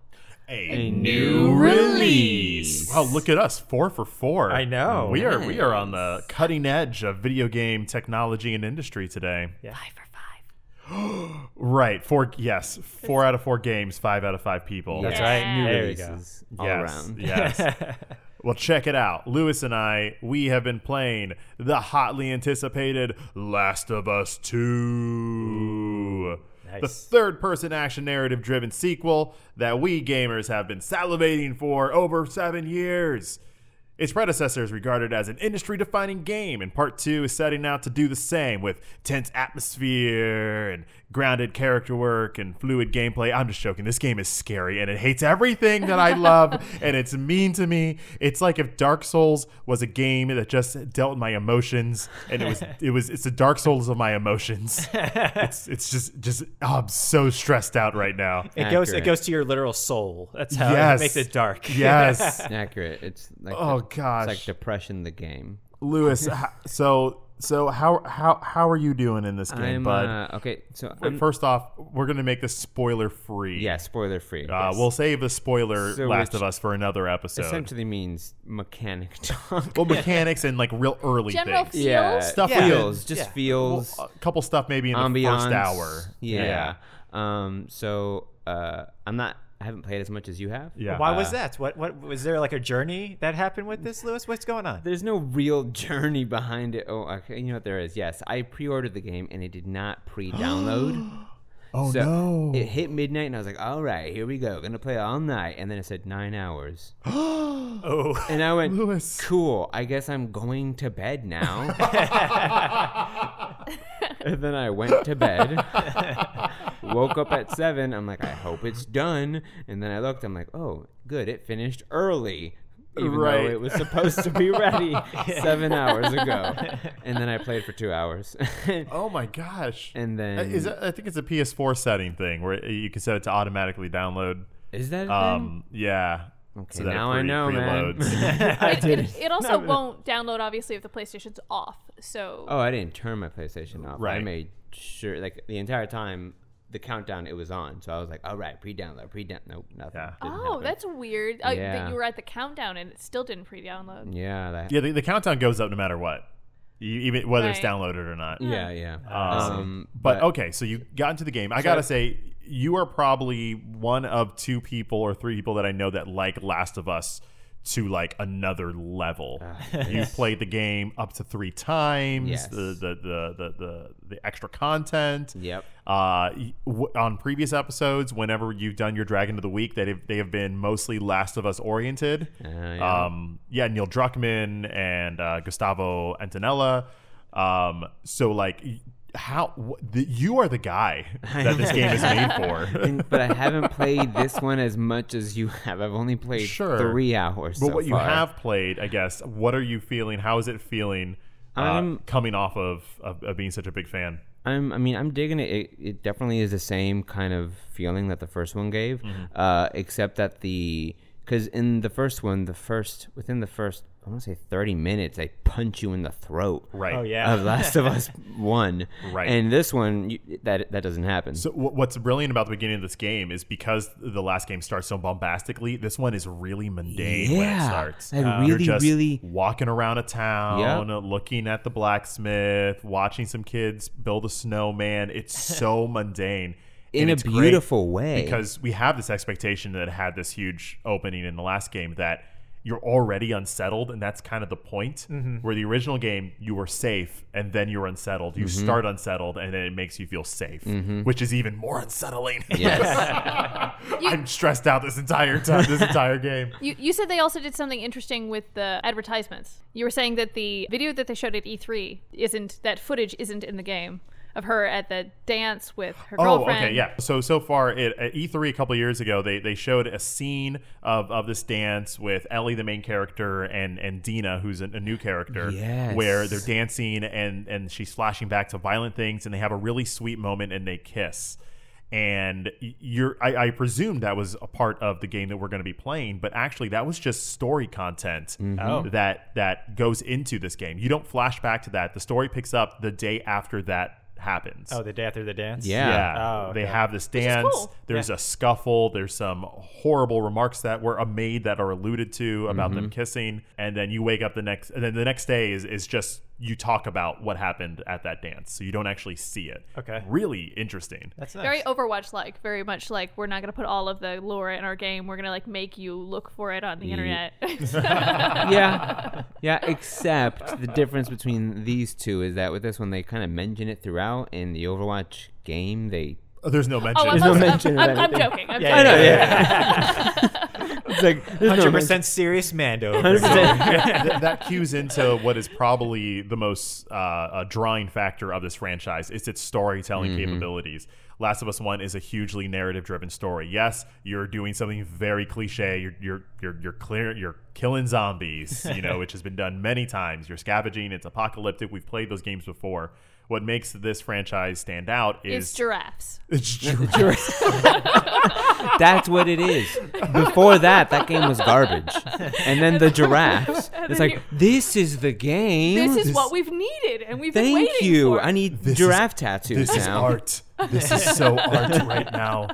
Speaker 3: A
Speaker 6: new release.
Speaker 3: Wow, look at us, four for four.
Speaker 2: I know.
Speaker 3: We are we are on the cutting edge of video game technology and industry today.
Speaker 4: five for five.
Speaker 3: [GASPS] Right. Four yes. Four out of four games, five out of five people.
Speaker 2: That's
Speaker 4: Yeah.
Speaker 2: right.
Speaker 4: New
Speaker 2: there
Speaker 6: Releases all
Speaker 3: yes,
Speaker 6: around.
Speaker 3: Yes. well, check it out. Lewis and I, we have been playing the hotly anticipated Last of Us 2. The
Speaker 2: nice.
Speaker 3: third person action narrative driven sequel that we gamers have been salivating for over seven years. Its predecessor is regarded as an industry defining game, and part two is setting out to do the same with tense atmosphere and grounded character work and fluid gameplay. I'm just joking. This game is scary and it hates everything that I
Speaker 6: [LAUGHS]
Speaker 3: love and it's mean to me. It's like if Dark Souls was a game that just dealt with my emotions and it was it was it's the Dark Souls of my
Speaker 6: [LAUGHS]
Speaker 3: emotions. It's it's just just oh, I'm so stressed out right
Speaker 6: [LAUGHS]
Speaker 3: now.
Speaker 2: It goes it
Speaker 6: Accurate.
Speaker 2: goes to your literal soul. That's how
Speaker 3: Yes.
Speaker 2: it makes it dark.
Speaker 3: [LAUGHS] Yes.
Speaker 6: [LAUGHS] Accurate. It's like
Speaker 3: Oh
Speaker 6: the-
Speaker 3: gosh.
Speaker 6: it's like depression. The game.
Speaker 3: Lewis, h- so so how how how are you doing in this game,
Speaker 6: I'm
Speaker 3: bud?
Speaker 6: uh, okay. So
Speaker 3: But
Speaker 6: I'm
Speaker 3: First off, we're gonna make this spoiler free.
Speaker 6: yeah, spoiler free.
Speaker 3: Uh, We'll save the spoiler
Speaker 6: So
Speaker 3: Last
Speaker 6: which-
Speaker 3: of Us for another episode.
Speaker 6: essentially means mechanic [LAUGHS] talk.
Speaker 3: Well, mechanics and like real early
Speaker 4: General
Speaker 3: things.
Speaker 4: feels.
Speaker 6: yeah,
Speaker 3: Stuff
Speaker 2: Yeah.
Speaker 6: feels just
Speaker 2: Yeah. uh,
Speaker 3: Well,
Speaker 6: feels
Speaker 3: a couple stuff maybe in
Speaker 6: ambiance.
Speaker 3: the first hour.
Speaker 6: Yeah. Um. So uh, I'm not. I haven't played as much as you have.
Speaker 2: [LAUGHS]
Speaker 3: Yeah.
Speaker 2: Why was that? What what was there like a journey that happened with this, Lewis? What's going on?
Speaker 6: There's no real [LAUGHS] journey behind it. Oh, okay. You know what there is? Yes, I pre-ordered the game and it did not pre-download.
Speaker 3: [GASPS] Oh
Speaker 6: so
Speaker 3: no.
Speaker 6: It hit midnight and I was like, "All right, here we go. Gonna play all night." And then it said nine hours,
Speaker 2: Oh, [LAUGHS]
Speaker 6: and I went,
Speaker 3: Lewis.
Speaker 6: "Cool. I guess I'm going to
Speaker 3: [LAUGHS]
Speaker 6: bed now." and then I went to bed. Woke up at seven. I'm like, "I hope it's done." And then I looked. I'm like, "Oh, good. It finished early." Even
Speaker 3: Right.
Speaker 6: though it was supposed to
Speaker 3: [LAUGHS]
Speaker 6: be ready seven hours ago, and then I played for two hours, [LAUGHS]
Speaker 3: oh my gosh.
Speaker 6: and then
Speaker 3: Uh, is that, I think it's a PS4 setting thing where you can set it to automatically download.
Speaker 6: is that a thing?
Speaker 3: Um, yeah.
Speaker 6: Mm-hmm. Okay,
Speaker 3: so that it
Speaker 6: now I
Speaker 3: pre-
Speaker 6: know, man. [LAUGHS]
Speaker 3: preloads.
Speaker 6: [LAUGHS] I
Speaker 4: It, it, it
Speaker 6: [LAUGHS]
Speaker 4: also won't download, obviously, if the PlayStation's off. So
Speaker 6: Oh, I didn't turn my PlayStation off. I
Speaker 3: Right.
Speaker 6: made sure, like the entire time, the countdown it was on. So I was like, all right, pre-download, pre-download. Nope, nothing.
Speaker 3: Yeah.
Speaker 6: Didn't
Speaker 4: Oh,
Speaker 6: happen.
Speaker 4: that's weird. Uh,
Speaker 6: Yeah.
Speaker 4: That you were at the countdown and it still didn't pre-download.
Speaker 6: yeah, that.
Speaker 3: yeah, the, the countdown goes up no matter what, you, even whether it's
Speaker 4: Right.
Speaker 3: downloaded or not.
Speaker 6: Yeah, yeah.
Speaker 3: Ah,
Speaker 6: um,
Speaker 3: But okay, so you got into the game. I gotta say, you are probably one of two people or three people that I know that like Last of Us to like another level.
Speaker 6: Ah.
Speaker 3: [LAUGHS] you played the game up to three times.
Speaker 6: Yes.
Speaker 3: The, the, the the the the extra content.
Speaker 6: Yep.
Speaker 3: Uh, y- w- on previous episodes, whenever you've done your Dragon of the Week, that have, they have been mostly Last of Us oriented.
Speaker 6: Uh, yeah.
Speaker 3: Um, yeah, Neil Druckmann and uh, Gustavo Antonella. Um, so like, y- how wh- the, you are the guy that this game is made
Speaker 6: [LAUGHS]
Speaker 3: for. [LAUGHS]
Speaker 6: And- but I haven't played this one as much as you have. I've only played
Speaker 3: Sure.
Speaker 6: three hours.
Speaker 3: But
Speaker 6: so
Speaker 3: what you
Speaker 6: far.
Speaker 3: have played, I guess. What are you feeling? How is it feeling? Uh,
Speaker 6: I'm-
Speaker 3: coming off of, of of being such a big fan.
Speaker 6: I'm, I mean, I'm digging it. it. It definitely is the same kind of feeling that the first one gave,
Speaker 3: Mm-hmm.
Speaker 6: uh, except that the because in the first one, the first within the first, I want to say 30 minutes, they punch you in the throat.
Speaker 3: Right.
Speaker 2: oh yeah.
Speaker 6: of Last
Speaker 3: [LAUGHS]
Speaker 6: of Us One.
Speaker 3: Right.
Speaker 6: And this one, you, that that doesn't happen.
Speaker 3: So wh- what's brilliant about the beginning of this game is because the last game starts so bombastically, this one is really mundane when it
Speaker 6: Yeah.
Speaker 3: starts. Uh,
Speaker 6: Like,
Speaker 3: You're
Speaker 6: really,
Speaker 3: just
Speaker 6: really-
Speaker 3: walking around a town, looking at the blacksmith, watching some kids build a snowman.
Speaker 6: [LAUGHS]
Speaker 3: It's so mundane.
Speaker 6: in
Speaker 3: and
Speaker 6: a
Speaker 3: it's great
Speaker 6: beautiful way.
Speaker 3: because we have this expectation that it had this huge opening in the last game that you're already unsettled and that's kind of the point where the original game you were safe and then you're unsettled you start unsettled and then it makes you feel safe which is even more unsettling
Speaker 6: yes.
Speaker 3: [LAUGHS] i'm stressed out this entire time this entire game
Speaker 4: You, you said they also did something interesting with the advertisements. You were saying that the video that they showed at E3 isn't that footage isn't in the game of her at the dance with her
Speaker 3: Oh,
Speaker 4: girlfriend.
Speaker 3: okay, yeah. So so far, it, at E3 a couple of years ago, they they showed a scene of, of this dance with Ellie, the main character, and and Dina, who's a, a new character,
Speaker 6: Yes.
Speaker 3: where they're dancing and and she's flashing back to violent things, and they have a really sweet moment and they kiss. And y- you're, I, I presume that was a part of the game that we're going to be playing, but actually that was just story content that that goes into this game. You don't flash back to that. The story picks up the day after that happens.
Speaker 2: oh, the day after the dance.
Speaker 6: Yeah.
Speaker 3: Yeah.
Speaker 2: Oh,
Speaker 3: They
Speaker 2: okay.
Speaker 3: have this dance.
Speaker 4: cool.
Speaker 3: There's a scuffle. There's some horrible remarks that were made that are alluded to about them kissing. And then you wake up the next, and then the next day is, is just you talk about what happened at that dance. So you don't actually see it.
Speaker 2: Okay.
Speaker 3: Really interesting.
Speaker 2: That's nice.
Speaker 4: Very Overwatch like, very much like we're not gonna put all of the lore in our game. We're gonna like make you look for it on the
Speaker 6: [LAUGHS]
Speaker 4: [LAUGHS] Oh,
Speaker 6: Ye-
Speaker 4: internet.
Speaker 6: yeah. Yeah. Except the difference between these two is that with this one, they kind of mention it throughout. In the Overwatch game, they.
Speaker 3: Oh, there's no mention.
Speaker 4: oh, I'm,
Speaker 6: no
Speaker 4: also- I'm-
Speaker 6: mention of
Speaker 4: I'm- I'm
Speaker 6: anything.
Speaker 4: joking. I'm
Speaker 2: Yeah, yeah,
Speaker 4: joking.
Speaker 2: yeah.
Speaker 6: [LAUGHS] It's like there's no
Speaker 2: Hundred
Speaker 6: mention-
Speaker 2: percent serious Mando. over here.
Speaker 6: 100%.
Speaker 3: Th- that cues into what is probably the most uh, uh, drawing factor of this franchise is its storytelling capabilities. Last of Us One is a hugely narrative-driven story. Yes, you're doing something very cliche. You're you're you're, you're clear. You're killing zombies. You know, which has been done many times. You're scavenging. It's apocalyptic. We've played those games before. What makes this franchise stand out
Speaker 4: It's
Speaker 3: is
Speaker 4: giraffes.
Speaker 3: [LAUGHS] it's gir-
Speaker 6: [LAUGHS] That's what it is. Before that, that game was garbage. And then the giraffes. It's like, this is the game.
Speaker 4: This is what we've needed, and we've been
Speaker 6: Thank
Speaker 4: waiting
Speaker 6: you.
Speaker 4: for.
Speaker 6: I need
Speaker 3: This is-
Speaker 6: giraffe tattoos
Speaker 3: This is
Speaker 6: now.
Speaker 3: art. This is
Speaker 6: [LAUGHS]
Speaker 3: so art right now.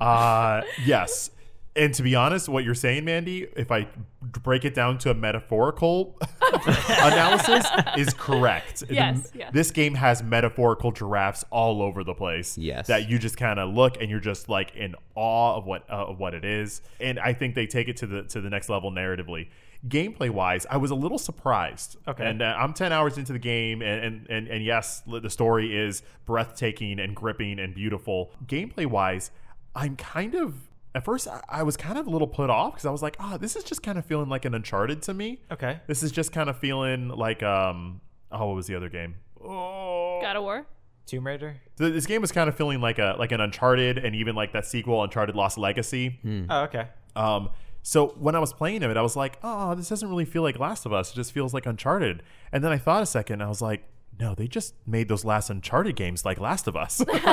Speaker 3: Uh, yes. And to be honest, what you're saying, Mandy, if I break it down to a metaphorical [LAUGHS] analysis, is correct. The-
Speaker 4: Yes, yeah.
Speaker 3: This game has metaphorical giraffes all over the place.
Speaker 6: Yes.
Speaker 3: That you just kind of look and you're just like in awe of what uh, of what it is. And I think they take it to the to the next level narratively. Gameplay wise, I was a little surprised.
Speaker 2: Okay.
Speaker 3: And uh, I'm 10 hours into the game, and, and, and, and yes, li- the story is breathtaking and gripping and beautiful. Gameplay wise, I'm kind of. At first, I, I was kind of a little put off because I was like, oh, this is just kind of feeling like an Uncharted to me.
Speaker 2: Okay.
Speaker 3: This is just kind of feeling like. um Oh, what was the other game? Oh.
Speaker 4: God of War.
Speaker 2: Tomb Raider.
Speaker 3: So this game was kind of feeling like a like an Uncharted and even like that sequel, Uncharted Lost Legacy.
Speaker 6: Hmm.
Speaker 2: Oh, okay.
Speaker 3: Um, so when I was playing it, I was like, oh, this doesn't really feel like Last of Us. It just feels like Uncharted. And then I thought a second, I was like, no, they just made those last Uncharted games like Last of Us. [LAUGHS]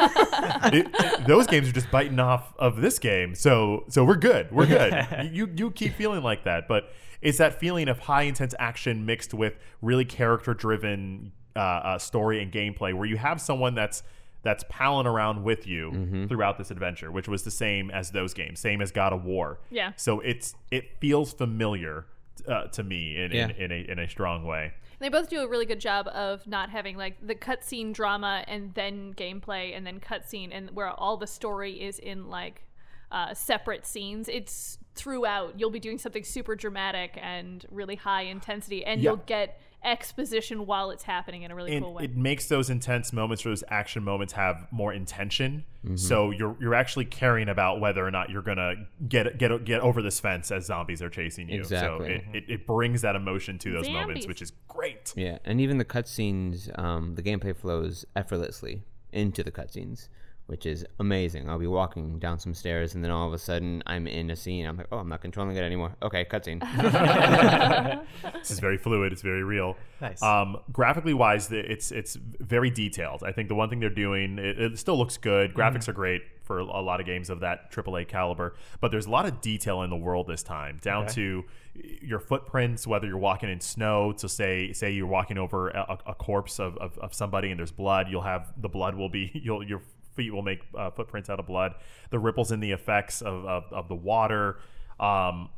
Speaker 3: It- those games are just biting off of this game. So so we're good. We're good. you you keep feeling like that, but it's that feeling of high intense action mixed with really character driven uh, uh, story and gameplay, where you have someone that's that's palling around with you throughout this adventure, which was the same as those games, same as God of War.
Speaker 4: Yeah.
Speaker 3: So it's it feels familiar uh, to me in, in,
Speaker 6: Yeah.
Speaker 3: in a in a strong way.
Speaker 4: They both do a really good job of not having like the cutscene drama and then gameplay and then cutscene and where all the story is in like uh, separate scenes. It's throughout. You'll be doing something super dramatic and really high intensity, and
Speaker 3: Yeah.
Speaker 4: you'll get exposition while it's happening in a really
Speaker 3: it,
Speaker 4: cool way.
Speaker 3: it makes those intense moments or those action moments have more intention. So you're you're actually caring about whether or not you're gonna get get get over this fence as zombies are chasing you.
Speaker 6: Exactly.
Speaker 3: So it, it, it brings that emotion to those moments,
Speaker 4: Mm-hmm. Zombies.
Speaker 3: which is great.
Speaker 6: Yeah, and even the cutscenes, um, the gameplay flows effortlessly into the cutscenes, which is amazing. I'll be walking down some stairs, and then all of a sudden, I'm in a scene. I'm like, oh, I'm not controlling it anymore. Okay, [LAUGHS] cutscene.
Speaker 3: This is very fluid. It's very real.
Speaker 2: Nice.
Speaker 3: Um, graphically wise, the- it's it's very detailed. I think the one thing they're doing, it, it still looks good. Graphics are great for a lot of games of that AAA caliber, but there's a lot of detail in the world this time, down to your footprints, whether you're walking in snow. To say say you're walking over a, a corpse of, of, of somebody and there's blood, you'll have the blood will be [LAUGHS] you'll your feet will make uh, footprints out of blood. The ripples in the effects of of, of the water. Um,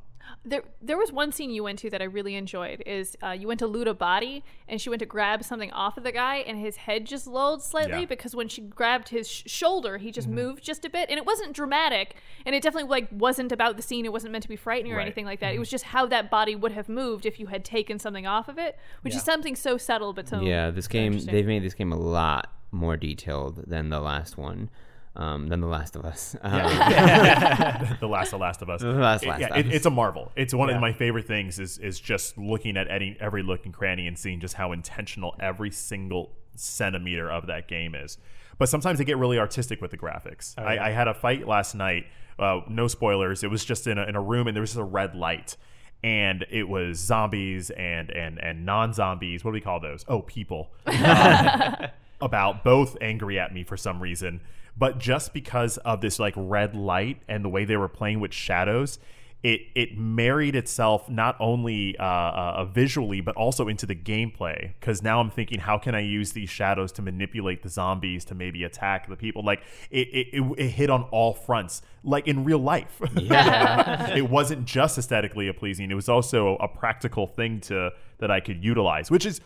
Speaker 4: There, there was one scene you went to that I really enjoyed. Is uh, you went to loot a body, and she went to grab something off of the guy, and his head just lolled slightly
Speaker 3: Yeah. Mm-hmm.
Speaker 4: because when she grabbed his sh- shoulder, he just moved just a bit, and it wasn't dramatic, and it definitely like wasn't about the scene. It wasn't meant to be frightening or
Speaker 3: Right. Mm-hmm.
Speaker 4: anything like that. It was just how that body would have moved if you had taken something off of it, which is something so subtle but so
Speaker 6: yeah, this game
Speaker 4: interesting.
Speaker 6: they've made this game a lot more detailed than the last one, um, than the Last of Us. Um,
Speaker 3: [LAUGHS] the last of Last of Us.
Speaker 6: Last-
Speaker 3: It-
Speaker 6: Last
Speaker 3: yeah,
Speaker 6: of
Speaker 3: it-
Speaker 6: Us.
Speaker 3: it's a marvel. It's one
Speaker 2: Yeah.
Speaker 3: of my favorite things is is just looking at any, every look and cranny and seeing just how intentional every single centimeter of that game is. But sometimes they get really artistic with the graphics.
Speaker 6: Oh,
Speaker 3: I, I had a fight last night. Uh, no spoilers. It was just in a, in a room and there was just a red light. And it was zombies and and and non-zombies. What do we call those? Oh, people. Um, about both angry at me for some reason but just because of this like red light and the way they were playing with shadows it it married itself not only uh, uh, visually but also into the gameplay because now i'm thinking how can i use these shadows to manipulate the zombies to maybe attack the people like it it, it, it hit on all fronts like in real life [LAUGHS] it wasn't just aesthetically pleasing it was also a practical thing to that i could utilize which is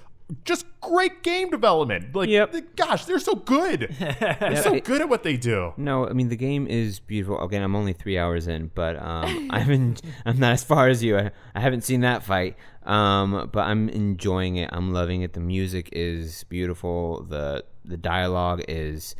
Speaker 3: just great game development like
Speaker 6: Yep.
Speaker 3: gosh they're so good they're so
Speaker 6: it-
Speaker 3: good at what they do.
Speaker 6: no, I mean the game is beautiful. Again, I'm only three hours in, but um, [LAUGHS] I'm in, I'm not as far as you. I, I haven't seen that fight, um, but I'm enjoying it. I'm loving it. The music is beautiful. the
Speaker 3: Mm-hmm.
Speaker 6: The dialogue is,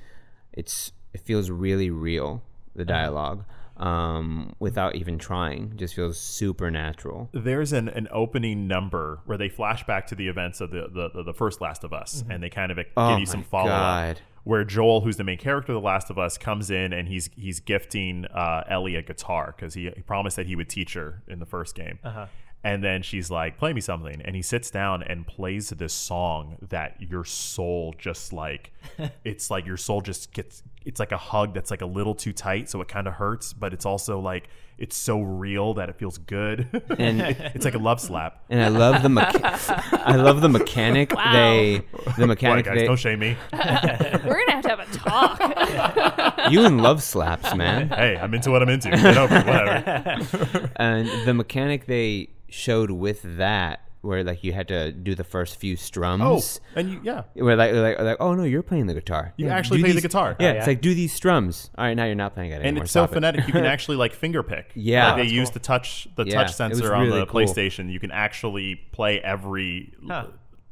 Speaker 6: it's it feels really real. The dialogue. um, without even trying. Just feels supernatural.
Speaker 3: there's an, an opening number where they flash back to the events of the the, the, the first Last of Us, and they kind of
Speaker 6: Oh
Speaker 3: give you some
Speaker 6: my
Speaker 3: follow up.
Speaker 6: God.
Speaker 3: Where Joel, who's the main character of The Last of Us, comes in and he's he's gifting uh, Ellie a guitar because he, he promised that he would teach her in the first game. And then she's like, "Play me something," and he sits down and plays this song that your soul just like, it's like your soul just gets. It's like a hug that's like a little too tight, so it kind of hurts, but it's also like it's so real that it feels good. [LAUGHS]
Speaker 6: And
Speaker 3: It's like a love slap.
Speaker 6: and I love the mecha- [LAUGHS] I love
Speaker 3: [LAUGHS]
Speaker 6: the mechanic. They the
Speaker 3: What,
Speaker 6: mechanic.
Speaker 3: guys,
Speaker 6: they,
Speaker 3: don't shame me.
Speaker 4: [LAUGHS] We're gonna have
Speaker 3: [LAUGHS]
Speaker 4: to have a talk.
Speaker 6: you and love slaps, man.
Speaker 3: hey, I'm into what I'm into. Get over it, whatever.
Speaker 6: And the mechanic they showed with that, where like you had to do the first few
Speaker 3: Oh,
Speaker 6: strums.
Speaker 3: and you, yeah,
Speaker 6: Where like, like, like, oh no, you're playing the guitar.
Speaker 3: you
Speaker 6: Yeah,
Speaker 3: actually
Speaker 6: do
Speaker 3: play the
Speaker 6: these-
Speaker 3: guitar.
Speaker 6: Yeah,
Speaker 3: Uh,
Speaker 6: it's like do these strums. All right, now you're not playing it anymore.
Speaker 3: and it's so
Speaker 6: Stop it.
Speaker 3: phonetic. You
Speaker 6: [LAUGHS]
Speaker 3: can actually like finger pick.
Speaker 6: Yeah.
Speaker 3: Like, they
Speaker 6: That's
Speaker 3: use the touch, the
Speaker 6: Yeah,
Speaker 3: touch
Speaker 6: it was
Speaker 3: sensor on
Speaker 6: really
Speaker 3: the
Speaker 6: cool.
Speaker 3: PlayStation. You can actually play every
Speaker 2: Huh.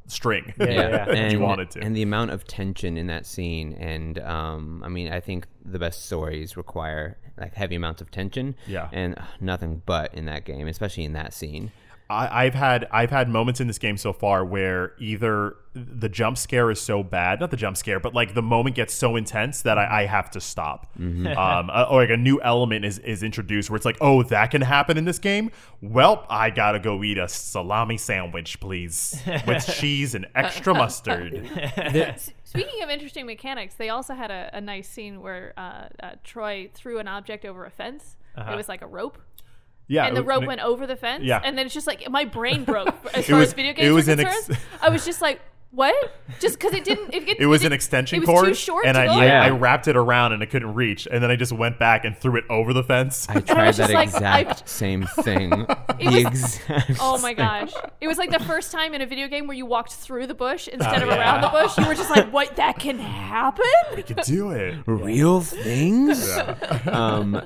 Speaker 3: string.
Speaker 2: Yeah,
Speaker 3: [LAUGHS]
Speaker 2: yeah.
Speaker 3: if
Speaker 6: and,
Speaker 3: you wanted to.
Speaker 6: And the amount of tension in that scene, and um, I mean, I think the best stories require like heavy amounts of tension.
Speaker 3: Yeah.
Speaker 6: and ugh, nothing but in that game, especially in that scene.
Speaker 3: I, I've had I've had moments in this game so far where either the jump scare is so bad, not the jump scare, but like the moment gets so intense that I, I have to stop,
Speaker 6: Mm-hmm.
Speaker 3: um, uh, or like a new element is is introduced where it's like, oh, that can happen in this game. Well, I gotta go eat a salami sandwich, please,
Speaker 6: [LAUGHS]
Speaker 3: with cheese and extra mustard.
Speaker 4: S- Speaking of interesting mechanics, they also had a, a nice scene where uh, uh, Troy threw an object over a fence. It
Speaker 3: Uh-huh.
Speaker 4: was like a rope,
Speaker 3: Yeah,
Speaker 4: and the
Speaker 3: it-
Speaker 4: rope went over the fence.
Speaker 3: Yeah.
Speaker 4: and then it's just like my
Speaker 3: [LAUGHS]
Speaker 4: brain broke as
Speaker 3: It
Speaker 4: far
Speaker 3: was-
Speaker 4: as video
Speaker 3: it
Speaker 4: games
Speaker 3: was
Speaker 4: were
Speaker 3: an ex-
Speaker 4: concerned. I was just like, what? Just because it didn't. It,
Speaker 3: It was
Speaker 4: didn't-
Speaker 3: an extension
Speaker 4: it was
Speaker 3: cord,
Speaker 4: too short
Speaker 3: and
Speaker 4: to
Speaker 3: I,
Speaker 4: look.
Speaker 3: I,
Speaker 6: Yeah.
Speaker 3: I wrapped it around and I couldn't reach, and then I just went back and threw it over the fence.
Speaker 6: I tried
Speaker 4: was
Speaker 6: that
Speaker 4: just like,
Speaker 6: exact same thing. the
Speaker 4: was-
Speaker 6: exact.
Speaker 4: Oh my gosh! It was like the first time in a video game where you walked through the bush instead of
Speaker 3: Oh,
Speaker 4: around the bush. You were just like, "What? That can happen?"
Speaker 3: [LAUGHS] I could do
Speaker 6: [LAUGHS]
Speaker 3: it.
Speaker 6: real things. [LAUGHS] um,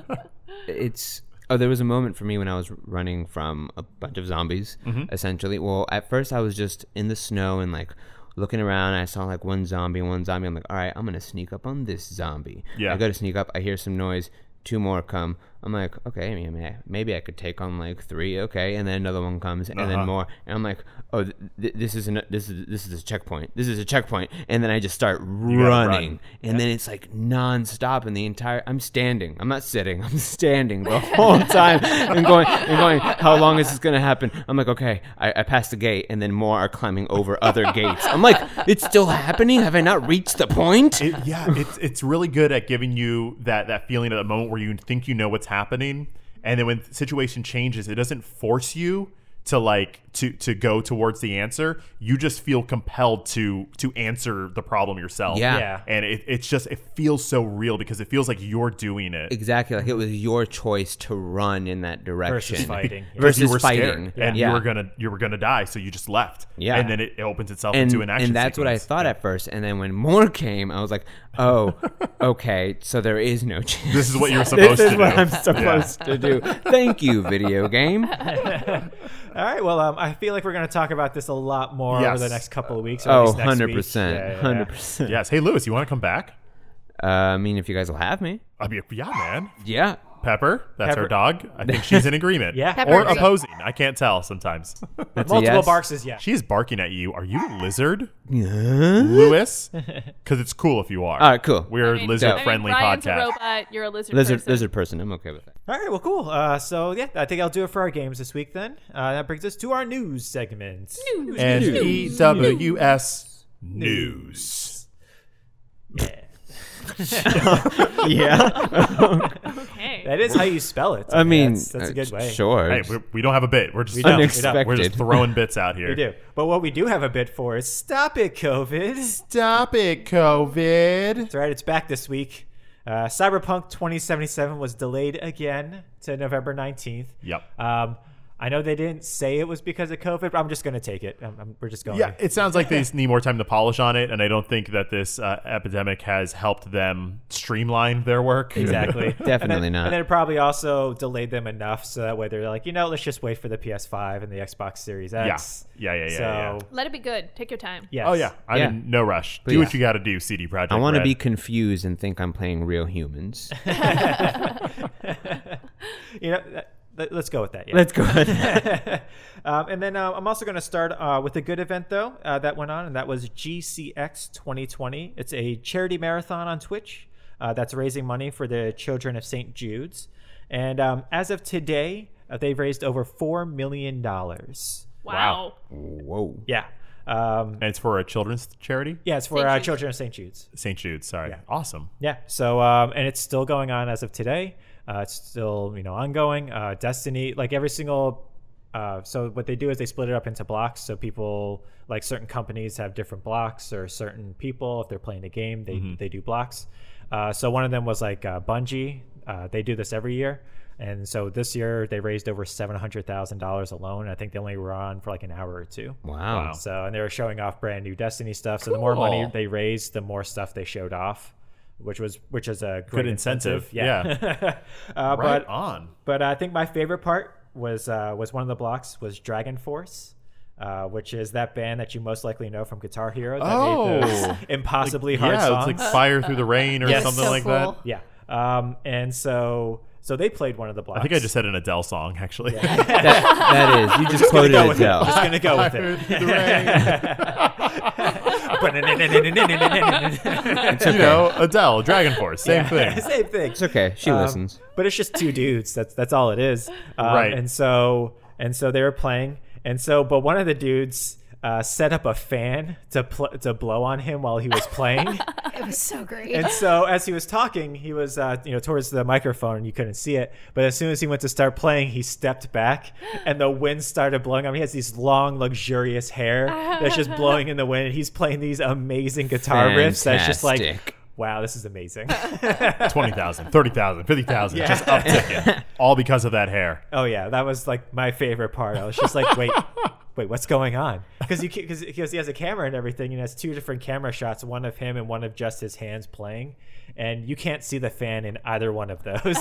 Speaker 6: it's oh, there was a moment for me when I was running from a bunch of zombies.
Speaker 3: Mm-hmm.
Speaker 6: Essentially, well, at first I was just in the snow and like looking around. I saw like one zombie, one zombie. I'm like, all right, I'm gonna sneak up on this zombie.
Speaker 3: Yeah.
Speaker 6: I go to sneak up. I hear some noise. Two more come. I'm like, okay, I mean, may- maybe I could take on like three, okay, and then another one comes, and
Speaker 3: Uh-huh.
Speaker 6: then more, and I'm like, oh, th- th- this is an- this is this is a checkpoint, this is a checkpoint, and then I just start
Speaker 3: gotta run.
Speaker 6: running, and then it's like nonstop, and the entire I'm standing. I'm not sitting. [LAUGHS] I'm standing the whole time and going and going. How long is this gonna happen? I'm like, okay. I, I pass the gate, and then more are climbing over
Speaker 3: [LAUGHS]
Speaker 6: other gates. I'm like, it's still happening. Have I not reached the point?
Speaker 3: it, yeah, it's it's really good at giving you that that feeling at the moment where you think you know what's happening, and then when the situation changes, it doesn't force you to like to to go towards the answer. You just feel compelled to to answer the problem yourself.
Speaker 6: Yeah.
Speaker 2: Yeah.
Speaker 3: and it, it's just it feels so real because it feels like you're doing it.
Speaker 6: Exactly. Like it was your choice to run in that direction
Speaker 2: Versus fighting. Yeah.
Speaker 3: Because
Speaker 6: Versus
Speaker 3: you were
Speaker 6: fighting.
Speaker 3: scared and
Speaker 6: Yeah.
Speaker 3: you were gonna you were gonna die, so you just left.
Speaker 6: Yeah.
Speaker 3: and then it, it opens itself
Speaker 6: and,
Speaker 3: into an action.
Speaker 6: and that's what I
Speaker 3: sequence.
Speaker 6: thought at first. And then when more came, I was like,
Speaker 3: [LAUGHS]
Speaker 6: oh, okay, so there is no chance.
Speaker 3: This is what you're supposed
Speaker 6: [LAUGHS] this
Speaker 3: to
Speaker 6: is what
Speaker 3: do.
Speaker 6: I'm supposed to do. Thank you, video
Speaker 3: [LAUGHS]
Speaker 6: game.
Speaker 2: All right. Well, um, I feel like we're going to talk about this a lot more
Speaker 3: Yes.
Speaker 2: over the next couple of weeks. Or at
Speaker 6: Oh,
Speaker 2: least next week.
Speaker 6: 100 percent,
Speaker 2: Yeah, yeah, yeah.
Speaker 6: hundred percent. Uh,
Speaker 3: yes. Hey, Lewis, you want to come back?
Speaker 6: I mean, if you guys will have me,
Speaker 3: I mean, yeah, man.
Speaker 6: yeah.
Speaker 3: Pepper, that's
Speaker 2: Pepper.
Speaker 3: our dog. I think she's in agreement.
Speaker 2: [LAUGHS] Yeah. Pepper
Speaker 3: or
Speaker 5: agrees.
Speaker 3: opposing. I can't tell sometimes. [LAUGHS]
Speaker 2: Multiple
Speaker 6: yes.
Speaker 2: barks is yeah.
Speaker 3: she is barking at you. Are you a lizard,
Speaker 2: [LAUGHS]
Speaker 3: Lewis? Because it's cool if you are.
Speaker 6: All right, cool.
Speaker 3: We're
Speaker 4: I mean,
Speaker 3: a lizard-friendly
Speaker 4: I mean, Brian's
Speaker 3: podcast.
Speaker 4: A robot, you're a lizard.
Speaker 6: lizard,
Speaker 4: person.
Speaker 6: lizard person. I'm okay with that.
Speaker 2: All right. Well, cool. Uh, so yeah, I think I'll do it for our games this week. Then uh, that brings us to our news segment. News.
Speaker 3: And EWS E news.
Speaker 2: [LAUGHS]
Speaker 6: Yeah,
Speaker 4: Okay.
Speaker 2: That is how you spell it.
Speaker 6: [LAUGHS] I mean,
Speaker 2: that's, that's a good
Speaker 6: uh,
Speaker 2: way.
Speaker 6: Sure.
Speaker 3: Hey, we, we don't have a bit. We're just
Speaker 2: We don't. We
Speaker 6: don't.
Speaker 3: We're just throwing
Speaker 2: [LAUGHS]
Speaker 3: bits out here.
Speaker 2: We do. But what we do have a bit for is stop it, COVID.
Speaker 3: Stop it, COVID.
Speaker 2: That's right. It's back this week. Uh, Cyberpunk 2077 was delayed again to November 19th.
Speaker 3: Yep.
Speaker 2: Um, I know they didn't say it was because of COVID, but I'm just going to take it. I'm, I'm- we're just going.
Speaker 3: Yeah, it sounds like they just need more time to polish on it, and I don't think that this uh, epidemic has helped them streamline their work. [LAUGHS]
Speaker 2: Exactly. And then- [LAUGHS]
Speaker 6: Definitely not.
Speaker 2: And then it probably also delayed them enough so that way they're like, you know, let's just wait for the PS5 and the Xbox Series X.
Speaker 3: Yeah. Yeah, yeah, yeah,
Speaker 2: So,
Speaker 3: yeah.
Speaker 4: Let it be good. Take your time.
Speaker 2: yes.
Speaker 3: Oh yeah, I'm
Speaker 6: Yeah.
Speaker 3: in no rush. do
Speaker 6: yeah.
Speaker 3: what you got to do, CD
Speaker 2: [LAUGHS]
Speaker 3: Project.
Speaker 6: I want to be confused and think I'm playing real humans.
Speaker 2: you know, that, let, us go with that. Yeah.
Speaker 6: Let's go.
Speaker 2: [LAUGHS] um, and then uh, I'm also going to start uh, with a good event though uh, that went on, and that was GCX 2020. It's a charity marathon on Twitch uh, that's raising money for the Children of St. Jude's, and um, as of today, uh, they've raised over four million dollars.
Speaker 4: Wow.
Speaker 6: Whoa.
Speaker 2: Yeah, um,
Speaker 3: And it's for a children's charity?
Speaker 2: yeah, it's for
Speaker 4: St.
Speaker 2: uh,
Speaker 4: Jude's.
Speaker 2: Children of St. Jude's.
Speaker 3: St. Jude, sorry. Awesome.
Speaker 2: Yeah. So, um, and it's still going on as of today. Uh, it's still, you know, ongoing. Uh, Destiny, like every single. Uh, so what they do is they split it up into blocks. So people, like certain companies, have different blocks, or certain people, if they're playing a game, they they do blocks. Uh, so one of them was like uh, Bungie. Uh, they do this every year, and so this year they raised over seven hundred thousand dollars alone. I think they only were on for like an hour or two.
Speaker 6: Wow.
Speaker 3: Wow.
Speaker 2: So, and they were showing off brand new Destiny stuff. So the more money
Speaker 4: Cool.
Speaker 2: they raised, the more stuff they showed off, which was which is a great
Speaker 3: Good incentive,
Speaker 2: Yeah. [LAUGHS] uh,
Speaker 3: Right
Speaker 2: But
Speaker 3: on.
Speaker 2: but I think my favorite part was uh, was one of the blocks was Dragon Force. Uh, which is that band that you most likely know from Guitar Hero that made those
Speaker 3: Oh.
Speaker 2: impossibly hard
Speaker 3: yeah,
Speaker 2: songs.
Speaker 3: it's like Fire Through the Rain or
Speaker 2: Yes.
Speaker 3: something
Speaker 5: So
Speaker 3: like
Speaker 5: cool. [LAUGHS]
Speaker 3: that.
Speaker 2: yeah, um, and so so they played one of the blocks.
Speaker 3: I think I just said an Adele song, actually. [LAUGHS]
Speaker 6: That
Speaker 2: [LAUGHS]
Speaker 6: is. You just,
Speaker 2: gonna
Speaker 6: quoted
Speaker 2: go with it.
Speaker 6: Adele.
Speaker 2: Just gonna go with it. [LAUGHS]
Speaker 3: Through the Rain.
Speaker 2: [LAUGHS]
Speaker 6: It's okay.
Speaker 3: you know, Adele, Dragon Force, [LAUGHS] same thing.
Speaker 2: Same thing.
Speaker 6: It's okay.
Speaker 2: Um,
Speaker 6: She listens.
Speaker 2: but it's just two dudes. That's that's all it is. Um,
Speaker 3: Right.
Speaker 2: And so and so they were playing, and so but one of the dudes uh, set up a fan to pl- to blow on him while he was playing,
Speaker 5: It was so great.
Speaker 2: and so as he was talking, he was uh, you know towards the microphone, and you couldn't see it. But as soon as he went to start playing, he stepped back, and the wind started blowing. on him. he has these long, luxurious hair that's just blowing in the wind, and he's playing these amazing guitar riffs. That's just like.
Speaker 6: Fantastic.
Speaker 2: Wow, this is amazing.
Speaker 3: 20,000, 30,000, 50,000, just
Speaker 6: [LAUGHS]
Speaker 3: upticking. All because of that hair.
Speaker 2: Oh yeah, that was like my favorite part. I was just like,
Speaker 4: [LAUGHS]
Speaker 2: wait, wait, what's going on? Because you because he has a camera and everything, and has two different camera shots, one of him and one of just his hands playing, and you can't see the fan in either one of
Speaker 4: [LAUGHS]
Speaker 2: those.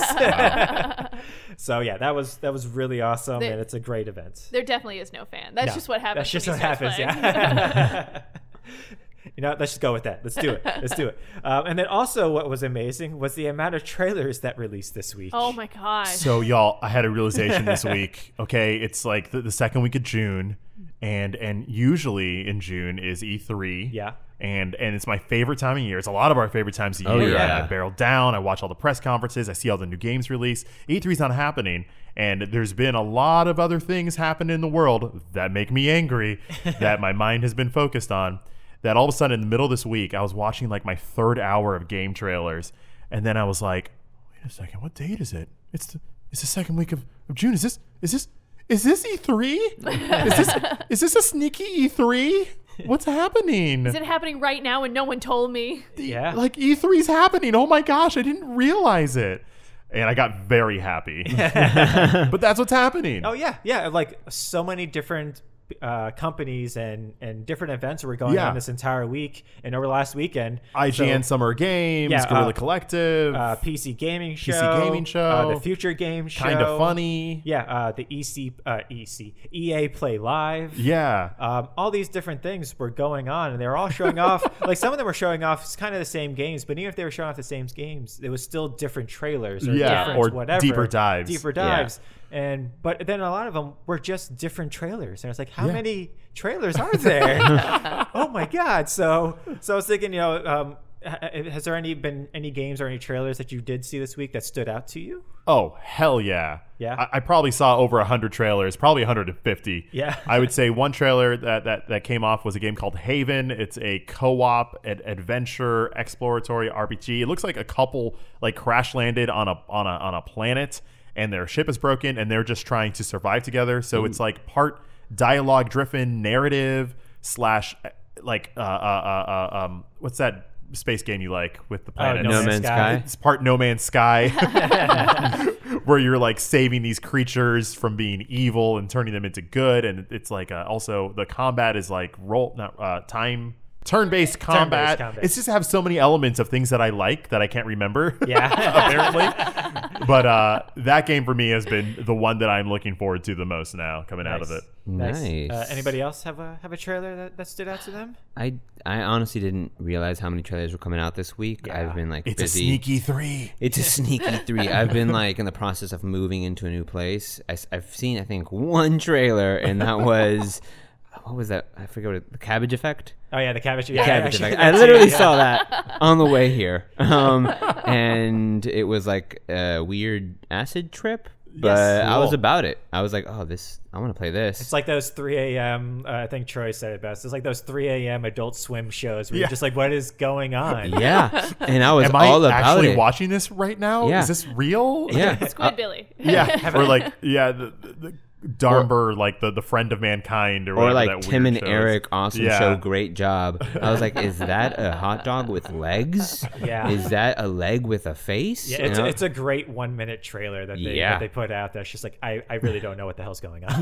Speaker 2: [LAUGHS] so yeah, that was that was really awesome,
Speaker 4: They-
Speaker 2: and it's a great event.
Speaker 4: There definitely is no fan. That's
Speaker 2: No,
Speaker 4: just what happens.
Speaker 2: That's just
Speaker 4: when
Speaker 2: what
Speaker 4: you start
Speaker 2: happens.
Speaker 4: playing.
Speaker 2: Yeah. [LAUGHS] you know, let's just go with that. Let's do it. Let's do it. Um, and then also, what was amazing was the amount of trailers that released this week.
Speaker 4: [LAUGHS] Oh my gosh.
Speaker 3: So y'all, I had a realization this week. Okay, it's like the, the second week of June, and and usually in June is E3.
Speaker 2: Yeah.
Speaker 3: And and it's my favorite time of year. It's a lot of our favorite times of year.
Speaker 6: Oh,
Speaker 3: I
Speaker 6: yeah.
Speaker 3: barrel down. I watch all the press conferences. I see all the new games released. E3's not happening, and there's been a lot of other things happen in the world that make me
Speaker 4: [LAUGHS]
Speaker 3: angry. that my mind has been focused on. That all of a sudden in the middle of this week, I was watching like my third hour of game trailers, and then I was like, wait a second, what date is it? It's the it's the second week of, of June. Is this is this is this E three? Is this is this a sneaky E three? What's
Speaker 4: [LAUGHS]
Speaker 3: happening?
Speaker 4: Is it happening right now and no one told me?
Speaker 2: Yeah.
Speaker 3: Like E 3s happening. Oh my gosh, I didn't realize it. And I got
Speaker 2: [LAUGHS]
Speaker 3: very happy. but that's what's happening.
Speaker 2: Oh yeah, yeah. Like so many different uh, companies and and different events were going
Speaker 3: Yeah.
Speaker 2: on this entire week and over last weekend.
Speaker 3: IGN
Speaker 2: So,
Speaker 3: Summer Games,
Speaker 2: Yeah,
Speaker 3: Guerrilla
Speaker 2: uh,
Speaker 3: Collective,
Speaker 2: uh, PC gaming show,
Speaker 3: Gaming
Speaker 2: uh,
Speaker 3: Show,
Speaker 2: the Future Game show,
Speaker 3: Kinda Funny.
Speaker 2: Yeah, uh, the EC, uh, EC, EA Play Live.
Speaker 3: Yeah.
Speaker 2: Um, all these different things were going on, and they were all showing
Speaker 3: [LAUGHS]
Speaker 2: off. like some of them were showing off kind of the same games, but even if they were showing off the same games, it was still different trailers or
Speaker 3: Yeah,
Speaker 2: different
Speaker 3: or
Speaker 2: whatever,
Speaker 3: deeper dives.
Speaker 2: deeper
Speaker 6: Yeah.
Speaker 2: dives. And but then a lot of them were just different trailers, and it's like, how
Speaker 3: Yeah.
Speaker 2: many trailers
Speaker 3: [LAUGHS]
Speaker 2: are there? oh my god! So so I was thinking, you know, um, ha- has there any been any games or any trailers that you did see this week that stood out to you?
Speaker 3: Oh hell yeah!
Speaker 2: Yeah.
Speaker 3: I, I probably saw over hundred trailers, probably 150.
Speaker 2: Yeah.
Speaker 3: I would say one trailer that, that that came off was a game called Haven. It's a co-op ad- adventure exploratory RPG. It looks like a couple like crash landed on a on a on a planet, and their ship is broken, and they're just trying to survive together. So it's like part dialogue driven narrative slash eh, like uh, uh, uh, uh, um what's that space game you like with the
Speaker 2: Oh,
Speaker 3: planet?
Speaker 6: Uh, No Man's Sky.
Speaker 3: it's part No
Speaker 2: [LAUGHS]
Speaker 3: Man's Sky, [LAUGHS] where you're like saving these creatures from being evil and turning them into good, and it's like uh, also the combat is like roll not uh, time turn-based combat.
Speaker 2: combat.
Speaker 3: It's just have so many elements of things that I like that I can't remember.
Speaker 2: [LAUGHS] Yeah. [LAUGHS]
Speaker 3: apparently. [LAUGHS] but uh, that game for me has been the one that I'm looking forward to the most now coming out of
Speaker 2: Nice.
Speaker 3: it.
Speaker 6: Nice.
Speaker 2: Uh, anybody else have a have a trailer that, that stood out to them?
Speaker 6: I I honestly didn't realize how many trailers were coming out this week. I've been like
Speaker 3: It's
Speaker 6: busy.
Speaker 3: a sneaky three.
Speaker 6: It's a sneaky three. I've been like in the process of moving into a new place. I, have seen I think one trailer, and that was what was that? I forget what it, the Cabbage Effect.
Speaker 2: Oh yeah, the cabbage. Yeah,
Speaker 6: Cabbage
Speaker 2: actually,
Speaker 6: Effect. I literally saw that on the way here, um, and it was like a weird acid trip. But I was
Speaker 3: Cool.
Speaker 6: about it. I was like, oh, this. I want to play this.
Speaker 2: It's like those 3 a.m. Uh, I think Troy said it best. It's like those 3 a.m. Adult Swim shows where you're
Speaker 3: Yeah.
Speaker 2: just like, what is going on?
Speaker 6: yeah, and I was
Speaker 3: Am
Speaker 6: all
Speaker 3: I
Speaker 6: about
Speaker 3: actually
Speaker 6: it.
Speaker 3: watching this right now?
Speaker 6: Yeah.
Speaker 3: Is this real?
Speaker 6: Uh, [LAUGHS] yeah,
Speaker 4: Squid Billy.
Speaker 2: [LAUGHS]
Speaker 3: yeah. or like yeah, the, the, the Darnber, like the, the friend of mankind, or,
Speaker 6: Or
Speaker 3: whatever
Speaker 6: like
Speaker 3: that
Speaker 6: Tim
Speaker 3: weird
Speaker 6: and
Speaker 3: show is.
Speaker 6: Eric, awesome
Speaker 3: Yeah.
Speaker 6: show, great job. I was like, is that a hot dog with legs?
Speaker 2: Yeah.
Speaker 6: Is that a leg with a face?
Speaker 2: Yeah,
Speaker 6: You
Speaker 2: it's,
Speaker 6: know?
Speaker 2: it's a great one minute trailer that they that
Speaker 6: Yeah.
Speaker 2: they put out there. It's just like I, I really don't know what the hell's going
Speaker 6: [LAUGHS]
Speaker 2: on. [LAUGHS]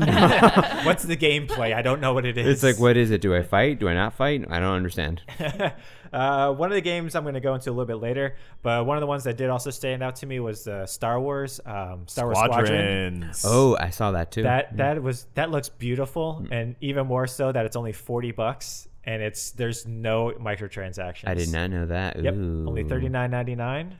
Speaker 2: What's the gameplay? I don't know what it is.
Speaker 6: It's like, what is it? Do I fight? Do I not fight? I don't understand.
Speaker 2: Uh, one of the games I'm going to go into a little bit later, but one of the ones that did also stand out to me was uh, Star Wars, um, Star Wars Squadron.
Speaker 3: Squadrons.
Speaker 6: Oh, I saw that too. Mm.
Speaker 2: That that was that looks beautiful, and even more so that it's only forty bucks, and it's there's no microtransactions.
Speaker 6: I did not know that.
Speaker 2: Yep,
Speaker 6: Ooh.
Speaker 2: only thirty nine ninety nine.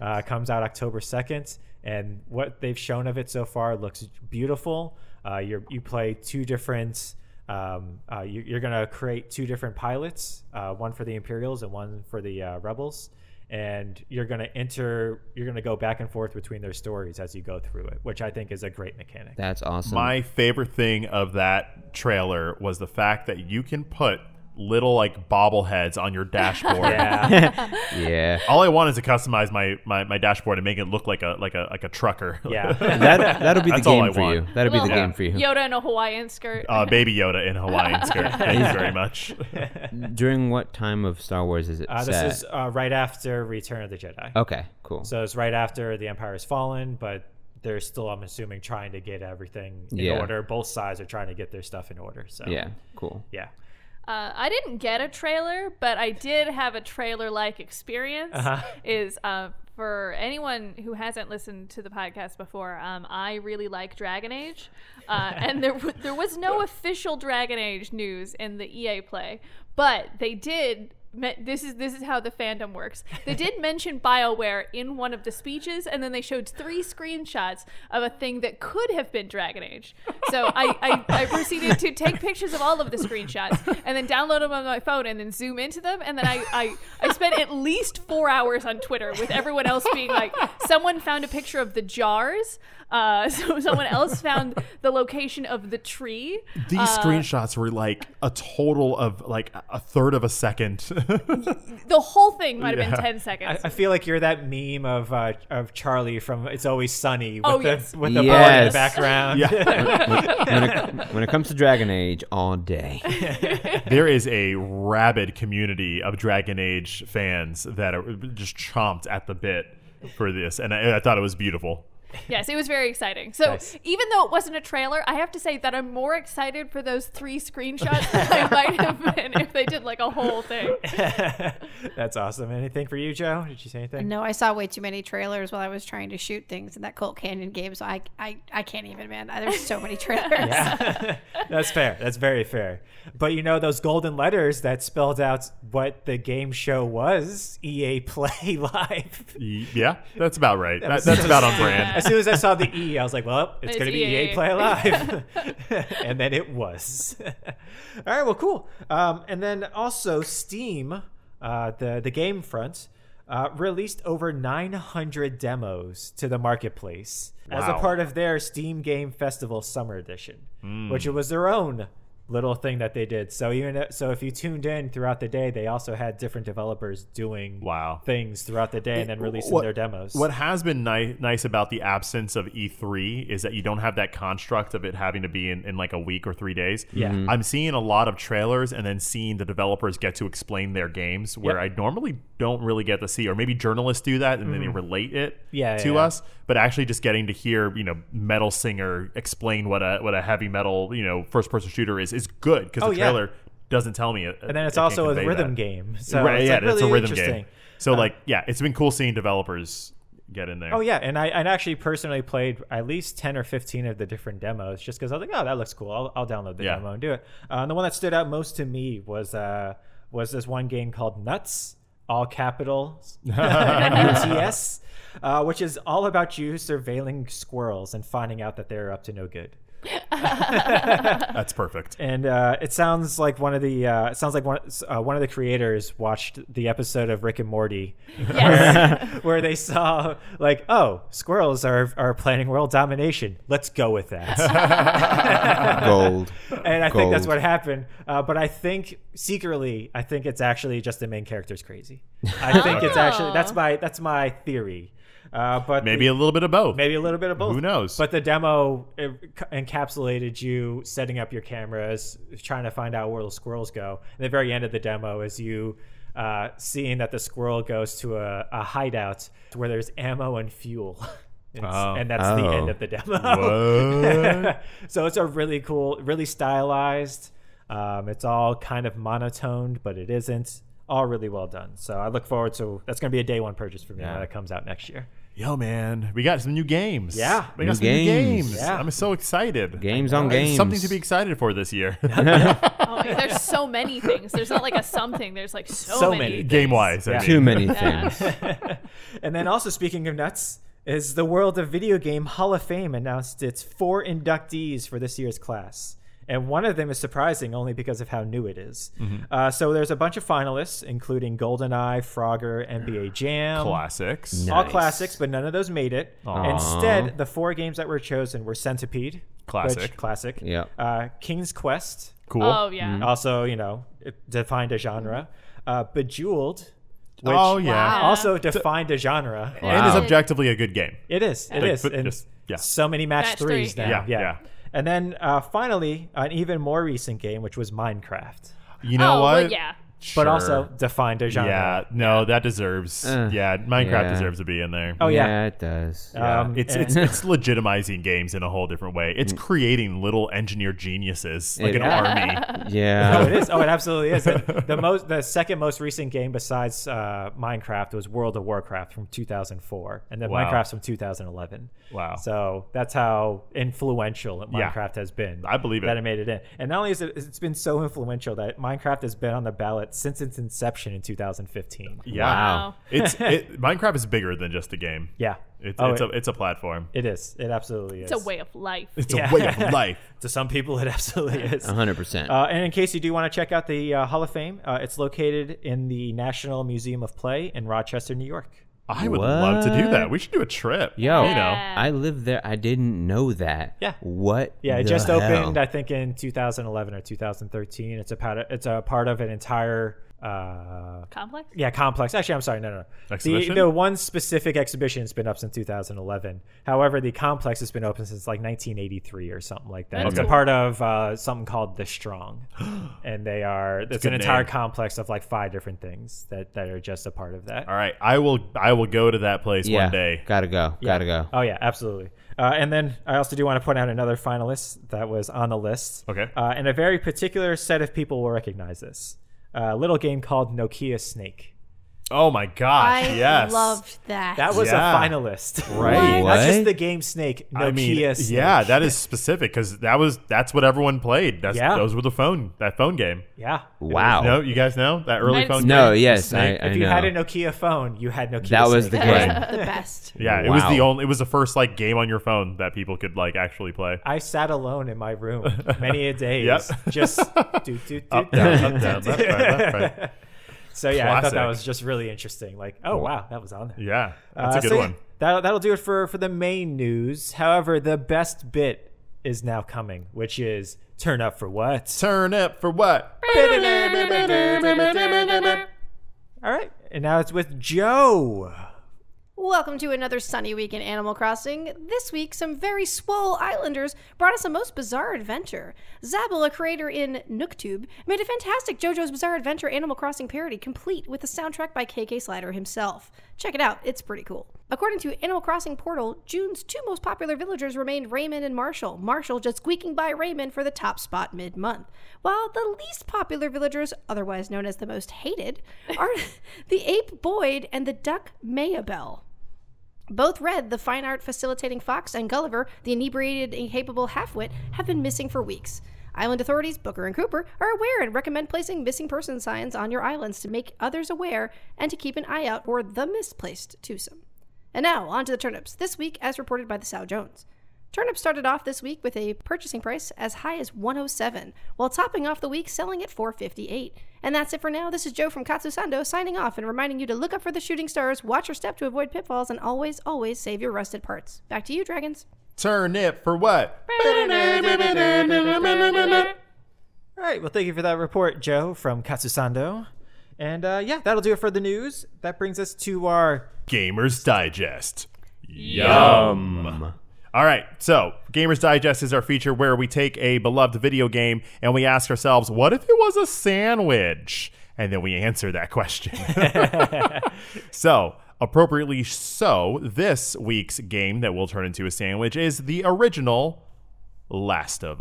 Speaker 2: Uh, comes out October second, and what they've shown of it so far looks beautiful. Uh, you you play two different. Um, uh, you, you're gonna create two different pilots, uh, one for the Imperials and one for the uh, Rebels, and you're gonna enter. You're gonna go back and forth between their stories as you go through it, which I think is a great mechanic.
Speaker 6: That's awesome.
Speaker 3: My favorite thing of that trailer was the fact that you can put little like bobbleheads on your dashboard.
Speaker 2: [LAUGHS]
Speaker 6: [LAUGHS]
Speaker 2: yeah,
Speaker 3: [LAUGHS]
Speaker 6: yeah.
Speaker 3: All I want is to customize my, my, my dashboard and make it look like a like a like a trucker.
Speaker 6: [LAUGHS]
Speaker 2: yeah.
Speaker 6: That that'll be the
Speaker 3: That's all I
Speaker 6: game for
Speaker 3: want.
Speaker 6: you. That'll be the
Speaker 4: Little
Speaker 6: game for you. Oh.
Speaker 4: Yoda in a Hawaiian skirt.
Speaker 3: [LAUGHS] uh, baby Yoda in
Speaker 2: [LAUGHS]
Speaker 3: Hawaiian skirt. Thank you very much.
Speaker 6: During what time of Star Wars is it
Speaker 2: Uh,
Speaker 6: set?
Speaker 2: this is uh, right after Return of the Jedi.
Speaker 6: okay, cool.
Speaker 2: So it's right after the Empire's fallen, but they're still, I'm assuming, trying to get everything in
Speaker 6: Yeah.
Speaker 2: order. Both sides are trying to get their stuff in order. So
Speaker 6: yeah, cool.
Speaker 2: yeah.
Speaker 4: Uh, I didn't get a trailer, but I did have a trailer-like experience.
Speaker 6: Uh-huh.
Speaker 4: Is uh, for anyone who hasn't listened to the podcast before, um, I really like Dragon Age,
Speaker 6: [LAUGHS]
Speaker 4: uh, and there w- there was no official Dragon Age news in the EA play, but they did. me- This is this is how the fandom works. They did [LAUGHS] mention Bioware in one of the speeches, and then they showed three screenshots of a thing that could have been Dragon Age. So I, I, I proceeded to take pictures of all of the screenshots and then download them on my phone and then zoom into them. And then I, I, I spent at least four hours on Twitter with everyone else being like, someone found a picture of the jars. Uh, [LAUGHS] so someone else found the location of the tree.
Speaker 3: These
Speaker 2: Uh,
Speaker 3: screenshots were like a total of like a third of a second.
Speaker 4: The whole thing might have
Speaker 3: Yeah.
Speaker 4: been 10
Speaker 2: I,
Speaker 4: seconds.
Speaker 2: I feel like you're that meme of uh, of Charlie from It's Always Sunny with
Speaker 4: Oh,
Speaker 2: the
Speaker 4: yes.
Speaker 2: with the bird in the
Speaker 6: Yes.
Speaker 2: background.
Speaker 3: [LAUGHS]
Speaker 6: [LAUGHS] When it, when it comes to Dragon Age,
Speaker 2: [LAUGHS]
Speaker 6: all day.
Speaker 3: there is a rabid community of Dragon Age fans that are just chomped at the bit for this, and I, I thought it was beautiful.
Speaker 4: Yes, it was very exciting. So
Speaker 2: Nice.
Speaker 4: even though it wasn't a trailer, I have to say that I'm more excited for those three screenshots than I might have been if they did like a whole thing.
Speaker 2: [LAUGHS] That's awesome. Anything for you, Joe? Did you say anything?
Speaker 5: No, I saw way too many trailers while I was trying to shoot things in that Colt Canyon game, so I, I, I can't even, man. There's so many [LAUGHS] trailers.
Speaker 2: [LAUGHS] That's fair. That's very fair. But you know those golden letters that spelled out what the game show was, EA Play [LAUGHS] Live.
Speaker 3: Y- Yeah, that's about right. That
Speaker 2: was-
Speaker 3: that's about on brand.
Speaker 2: As soon as I saw the E, I was like, well, it's,
Speaker 4: It's
Speaker 2: going to be EA
Speaker 4: EA.
Speaker 2: Play Live. [LAUGHS] and then it was. [LAUGHS] All right, well, cool. Um, and then also Steam, uh, the, the game front, uh, released over 900 demos to the marketplace as a
Speaker 3: Wow.
Speaker 2: part of their Steam Game Festival Summer Edition,
Speaker 3: Mm.
Speaker 2: which it was their own little thing that they did. So even if- so if you tuned in throughout the day, they also had different developers doing
Speaker 3: Wow.
Speaker 2: things throughout the day and then releasing
Speaker 3: What-
Speaker 2: their demos.
Speaker 3: What has been ni- nice about the absence of E3 is that you don't have that construct of it having to be in, in like a week or three days.
Speaker 2: Yeah. Mhm.
Speaker 3: I'm seeing a lot of trailers and then seeing the developers get to explain their games where I normally don't really get to see, or maybe journalists do that and then they relate it
Speaker 2: Mm-hmm. Yeah,
Speaker 3: to
Speaker 2: yeah, yeah.
Speaker 3: us. But actually, just getting to hear you know metal singer explain what a what a heavy metal you know first person shooter is is good because
Speaker 2: Oh,
Speaker 3: the
Speaker 2: yeah.
Speaker 3: trailer doesn't tell me. It,
Speaker 2: And then it's
Speaker 3: it can't
Speaker 2: also a
Speaker 3: convey
Speaker 2: rhythm
Speaker 3: that.
Speaker 2: game. So
Speaker 3: right,
Speaker 2: it's
Speaker 3: yeah,
Speaker 2: like
Speaker 3: it's a
Speaker 2: really
Speaker 3: rhythm
Speaker 2: interesting. Uh,
Speaker 3: game. So like, yeah, it's been cool seeing developers get in there.
Speaker 2: Oh yeah, and I and actually personally played at least ten or fifteen of the different demos just because I was like, oh, that looks cool. I'll, I'll download the
Speaker 3: Yeah.
Speaker 2: demo and do it. Uh, and the one that stood out most to me was uh, was this one game called Nuts, all
Speaker 3: [LAUGHS]
Speaker 2: capitals, [LAUGHS] UTS, uh, which is all about you surveilling squirrels and finding out that they're up to no good. [LAUGHS]
Speaker 3: that's perfect.
Speaker 2: and uh, it sounds like one of the uh, it sounds like one uh, one of the creators watched the episode of Rick and Morty, where, [LAUGHS] where they saw like, oh, squirrels are are planning world domination. Let's go with that.
Speaker 6: [LAUGHS] Gold.
Speaker 2: and I think that's
Speaker 6: Gold.
Speaker 2: what happened. Uh, but I think secretly, I think it's actually just the main character's crazy. I think it's actually that's my that's my theory. Uh, but
Speaker 3: Maybe a little bit of both.
Speaker 2: maybe a little bit of both.
Speaker 3: Who knows?
Speaker 2: But the demo it c- encapsulated you setting up your cameras, trying to find out where the squirrels go. And the very end of the demo is you uh, seeing that the squirrel goes to a, a hideout where there's ammo and fuel. [LAUGHS] It's-
Speaker 3: Oh.
Speaker 2: And that's the
Speaker 6: Oh.
Speaker 2: end of the demo. [LAUGHS]
Speaker 3: What?
Speaker 2: so it's a really cool, really stylized. Um, it's all kind of monotoned, but it isn't. All really well done. So I look forward to that's going to be a day one purchase for me when it comes out next year.
Speaker 3: Yo, man, we got some new games.
Speaker 2: Yeah.
Speaker 3: we
Speaker 6: New
Speaker 3: got some new
Speaker 6: games.
Speaker 3: games.
Speaker 2: Yeah.
Speaker 3: I'm so excited.
Speaker 6: Games on
Speaker 3: There's
Speaker 6: games.
Speaker 3: Something to be excited for this year, [LAUGHS]
Speaker 4: Oh, my- there's so many things. There's not like a something. There's like so,
Speaker 2: So
Speaker 4: many.
Speaker 2: many.
Speaker 4: things.
Speaker 3: game wise.
Speaker 2: Yeah. [LAUGHS]
Speaker 6: Too many
Speaker 4: Yeah.
Speaker 6: things.
Speaker 2: And then also speaking of nuts, is the World of Video Game Hall of Fame announced its four inductees for this year's class. And one of them is surprising only because of how new it is.
Speaker 3: Mm-hmm.
Speaker 2: Uh, so there's a bunch of finalists, including GoldenEye, Frogger, NBA Jam.
Speaker 3: Classics.
Speaker 2: All
Speaker 6: Nice.
Speaker 2: classics, but none of those made it.
Speaker 3: Aw.
Speaker 2: Instead, the four games that were chosen were Centipede,
Speaker 3: Classic.
Speaker 2: which- classic,
Speaker 6: Yep.
Speaker 2: uh, King's Quest,
Speaker 3: Cool.
Speaker 4: Oh
Speaker 3: Mm-hmm.
Speaker 4: yeah.
Speaker 2: also Mm. you know it defined a genre, uh, Bejeweled, which
Speaker 3: Oh, yeah.
Speaker 4: Wow.
Speaker 2: also defined a genre.
Speaker 3: And is
Speaker 6: Wow.
Speaker 3: objectively a good game.
Speaker 2: It is. It
Speaker 3: Like,
Speaker 2: is.
Speaker 3: but
Speaker 2: and
Speaker 3: just- yeah.
Speaker 2: So many match,
Speaker 4: Match
Speaker 2: threes
Speaker 4: three.
Speaker 2: now.
Speaker 3: Yeah, yeah.
Speaker 2: And then uh, finally, an even more recent game, which was Minecraft,
Speaker 3: You know
Speaker 4: oh,
Speaker 3: what?
Speaker 4: well, yeah.
Speaker 2: but
Speaker 3: Sure.
Speaker 2: also defined a genre.
Speaker 3: Yeah, no, that deserves.
Speaker 6: Uh,
Speaker 3: yeah, Minecraft
Speaker 6: yeah.
Speaker 3: deserves to be in there.
Speaker 2: Oh yeah.
Speaker 6: it does.
Speaker 2: Um,
Speaker 3: it's
Speaker 2: and- Mm.
Speaker 3: it's it's legitimizing games in a whole different way. It's creating little engineer geniuses like
Speaker 6: It-
Speaker 2: [LAUGHS]
Speaker 3: an army. Uh,
Speaker 6: yeah.
Speaker 2: Oh,
Speaker 6: [LAUGHS]
Speaker 2: it is. Oh, it absolutely is.
Speaker 3: [LAUGHS]
Speaker 2: And the most, the second most recent game besides uh, Minecraft was World of Warcraft from 2004, and then
Speaker 3: Wow.
Speaker 2: Minecraft's from 2011.
Speaker 3: Wow.
Speaker 2: So that's how influential
Speaker 3: Yeah.
Speaker 2: Minecraft has been.
Speaker 3: I believe it.
Speaker 2: That it made it in, and not only is it, it's been so influential that Minecraft has been on the ballot since its inception in 2015.
Speaker 3: Yeah,
Speaker 6: Wow.
Speaker 4: Oh,
Speaker 2: [LAUGHS]
Speaker 3: it's it, Minecraft is bigger than just a game.
Speaker 2: Yeah.
Speaker 3: It's,
Speaker 2: Oh,
Speaker 3: it's
Speaker 2: it-
Speaker 3: a it's
Speaker 2: [LAUGHS]
Speaker 3: a platform.
Speaker 2: It is. It absolutely is.
Speaker 4: It's a way of life.
Speaker 3: It's
Speaker 2: Yeah.
Speaker 3: a way of life.
Speaker 2: To some people, it absolutely
Speaker 3: Uh-huh.
Speaker 2: is.
Speaker 6: 100%.
Speaker 2: Uh, and in case you do want to check out the uh, Hall of Fame, uh, it's located in the National Museum of Play in Rochester, New York.
Speaker 3: I would love to do that. We should do a trip.
Speaker 6: Yo,
Speaker 3: you know,
Speaker 4: Yeah.
Speaker 6: I lived there. I didn't know that.
Speaker 2: Yeah.
Speaker 6: What?
Speaker 2: Yeah, it
Speaker 6: the
Speaker 2: just opened,
Speaker 6: hell?
Speaker 2: I think, in 2011 or 2013. It's a part of, it's a part of an entire uh,
Speaker 4: Complex.
Speaker 2: yeah complex. Actually, I'm sorry, no, no, no.
Speaker 3: Exhibition?
Speaker 2: The, the one specific exhibition has been up since 2011. However, the complex has been open since like 1983 or something like that. It's a
Speaker 3: Okay.
Speaker 2: part of uh, something called the
Speaker 3: [GASPS]
Speaker 2: Strong, and they are it's
Speaker 3: a
Speaker 2: an
Speaker 3: good
Speaker 2: entire
Speaker 3: name.
Speaker 2: complex of like five different things that that are just a part of that.
Speaker 3: all right, I will I will go to that place
Speaker 6: yeah.
Speaker 3: one day.
Speaker 6: Gotta go. Gotta go.
Speaker 2: Oh yeah, absolutely. Uh, and then I also do want to point out another finalist that was on the list.
Speaker 3: Okay.
Speaker 2: Uh, and a very particular set of people will recognize this. Uh, A little game called Nokia Snake.
Speaker 3: Oh my gosh,
Speaker 5: I
Speaker 3: yes,
Speaker 5: loved that. [LAUGHS]
Speaker 2: That was
Speaker 3: Yeah.
Speaker 2: a finalist.
Speaker 3: [LAUGHS] Right.
Speaker 6: What?
Speaker 2: That's just the game Snake. Nokia
Speaker 3: I mean,
Speaker 2: Snake.
Speaker 3: yeah, that is specific because that was that's what everyone played. That's
Speaker 2: Yeah.
Speaker 3: those were the phone that phone game.
Speaker 2: Yeah.
Speaker 6: Wow.
Speaker 3: No, you guys know that early
Speaker 4: I-
Speaker 3: phone.
Speaker 6: No,
Speaker 3: game?
Speaker 6: yes,
Speaker 3: Snake.
Speaker 6: I
Speaker 2: If you
Speaker 6: know.
Speaker 2: had a Nokia phone, you had Nokia.
Speaker 6: That was
Speaker 2: Snake.
Speaker 6: the game.
Speaker 5: the best.
Speaker 3: Yeah, it was the
Speaker 6: Wow.
Speaker 3: only. It was the first like game on your phone that people could like actually play.
Speaker 2: I sat alone in my room many a day.
Speaker 3: [LAUGHS] Yep.
Speaker 2: Just do do do.
Speaker 3: [LAUGHS] Up,
Speaker 2: do,
Speaker 3: down,
Speaker 2: do, do,
Speaker 3: up, down,
Speaker 2: do.
Speaker 3: left, right, left, right.
Speaker 2: [LAUGHS] So yeah, I thought that
Speaker 3: Classic.
Speaker 2: was just really interesting. Like, oh wow, that was on there.
Speaker 3: Yeah, that's
Speaker 2: Uh,
Speaker 3: a good
Speaker 2: so yeah,
Speaker 3: one.
Speaker 2: That'll, that'll do it for, for the main news. However, the best bit is now coming, which is turn up for what?
Speaker 3: Turn up for what?
Speaker 2: All right. And now it's with Joe.
Speaker 5: What? Welcome to another sunny week in Animal Crossing. This week, some very swole islanders brought us a most bizarre adventure. Zabel, a creator in Nooktube, made a fantastic JoJo's Bizarre Adventure Animal Crossing parody, complete with a soundtrack by KK Slider himself. Check it out, it's pretty cool. According to Animal Crossing Portal, June's two most popular villagers remained Raymond and Marshall, Marshall just squeaking by Raymond for the top spot mid month, while the least popular villagers, otherwise known as the most hated, are [LAUGHS] the ape Boyd and the duck Mayabel. Both Red, the fine art facilitating fox, and Gulliver, the inebriated, incapable halfwit, have been missing for weeks. Island authorities, Booker and Cooper, are aware and recommend placing missing person signs on your islands to make others aware and to keep an eye out for the misplaced twosome. And now, on to the turnips, this week as reported by the Sow Jones. Turnips started off this week with a purchasing price as high as 107, while topping off the week selling at 458. And that's it for now. This is Joe from Katsusando signing off and reminding you to look up for the shooting stars, watch your step to avoid pitfalls, and always, always save your rusted parts. Back to you, dragons.
Speaker 3: Turnip for what?
Speaker 2: All right. Well, thank you for that report, Joe from Katsusando. And uh, yeah, that'll do it for the news. That brings us to our
Speaker 3: Gamers Digest. Yum. All right, so Gamers Digest is our feature where we take a beloved video game and we ask ourselves, what if it was a sandwich? And then we answer that question. [LAUGHS] so, appropriately so, this week's game that will turn into a sandwich is the original Last of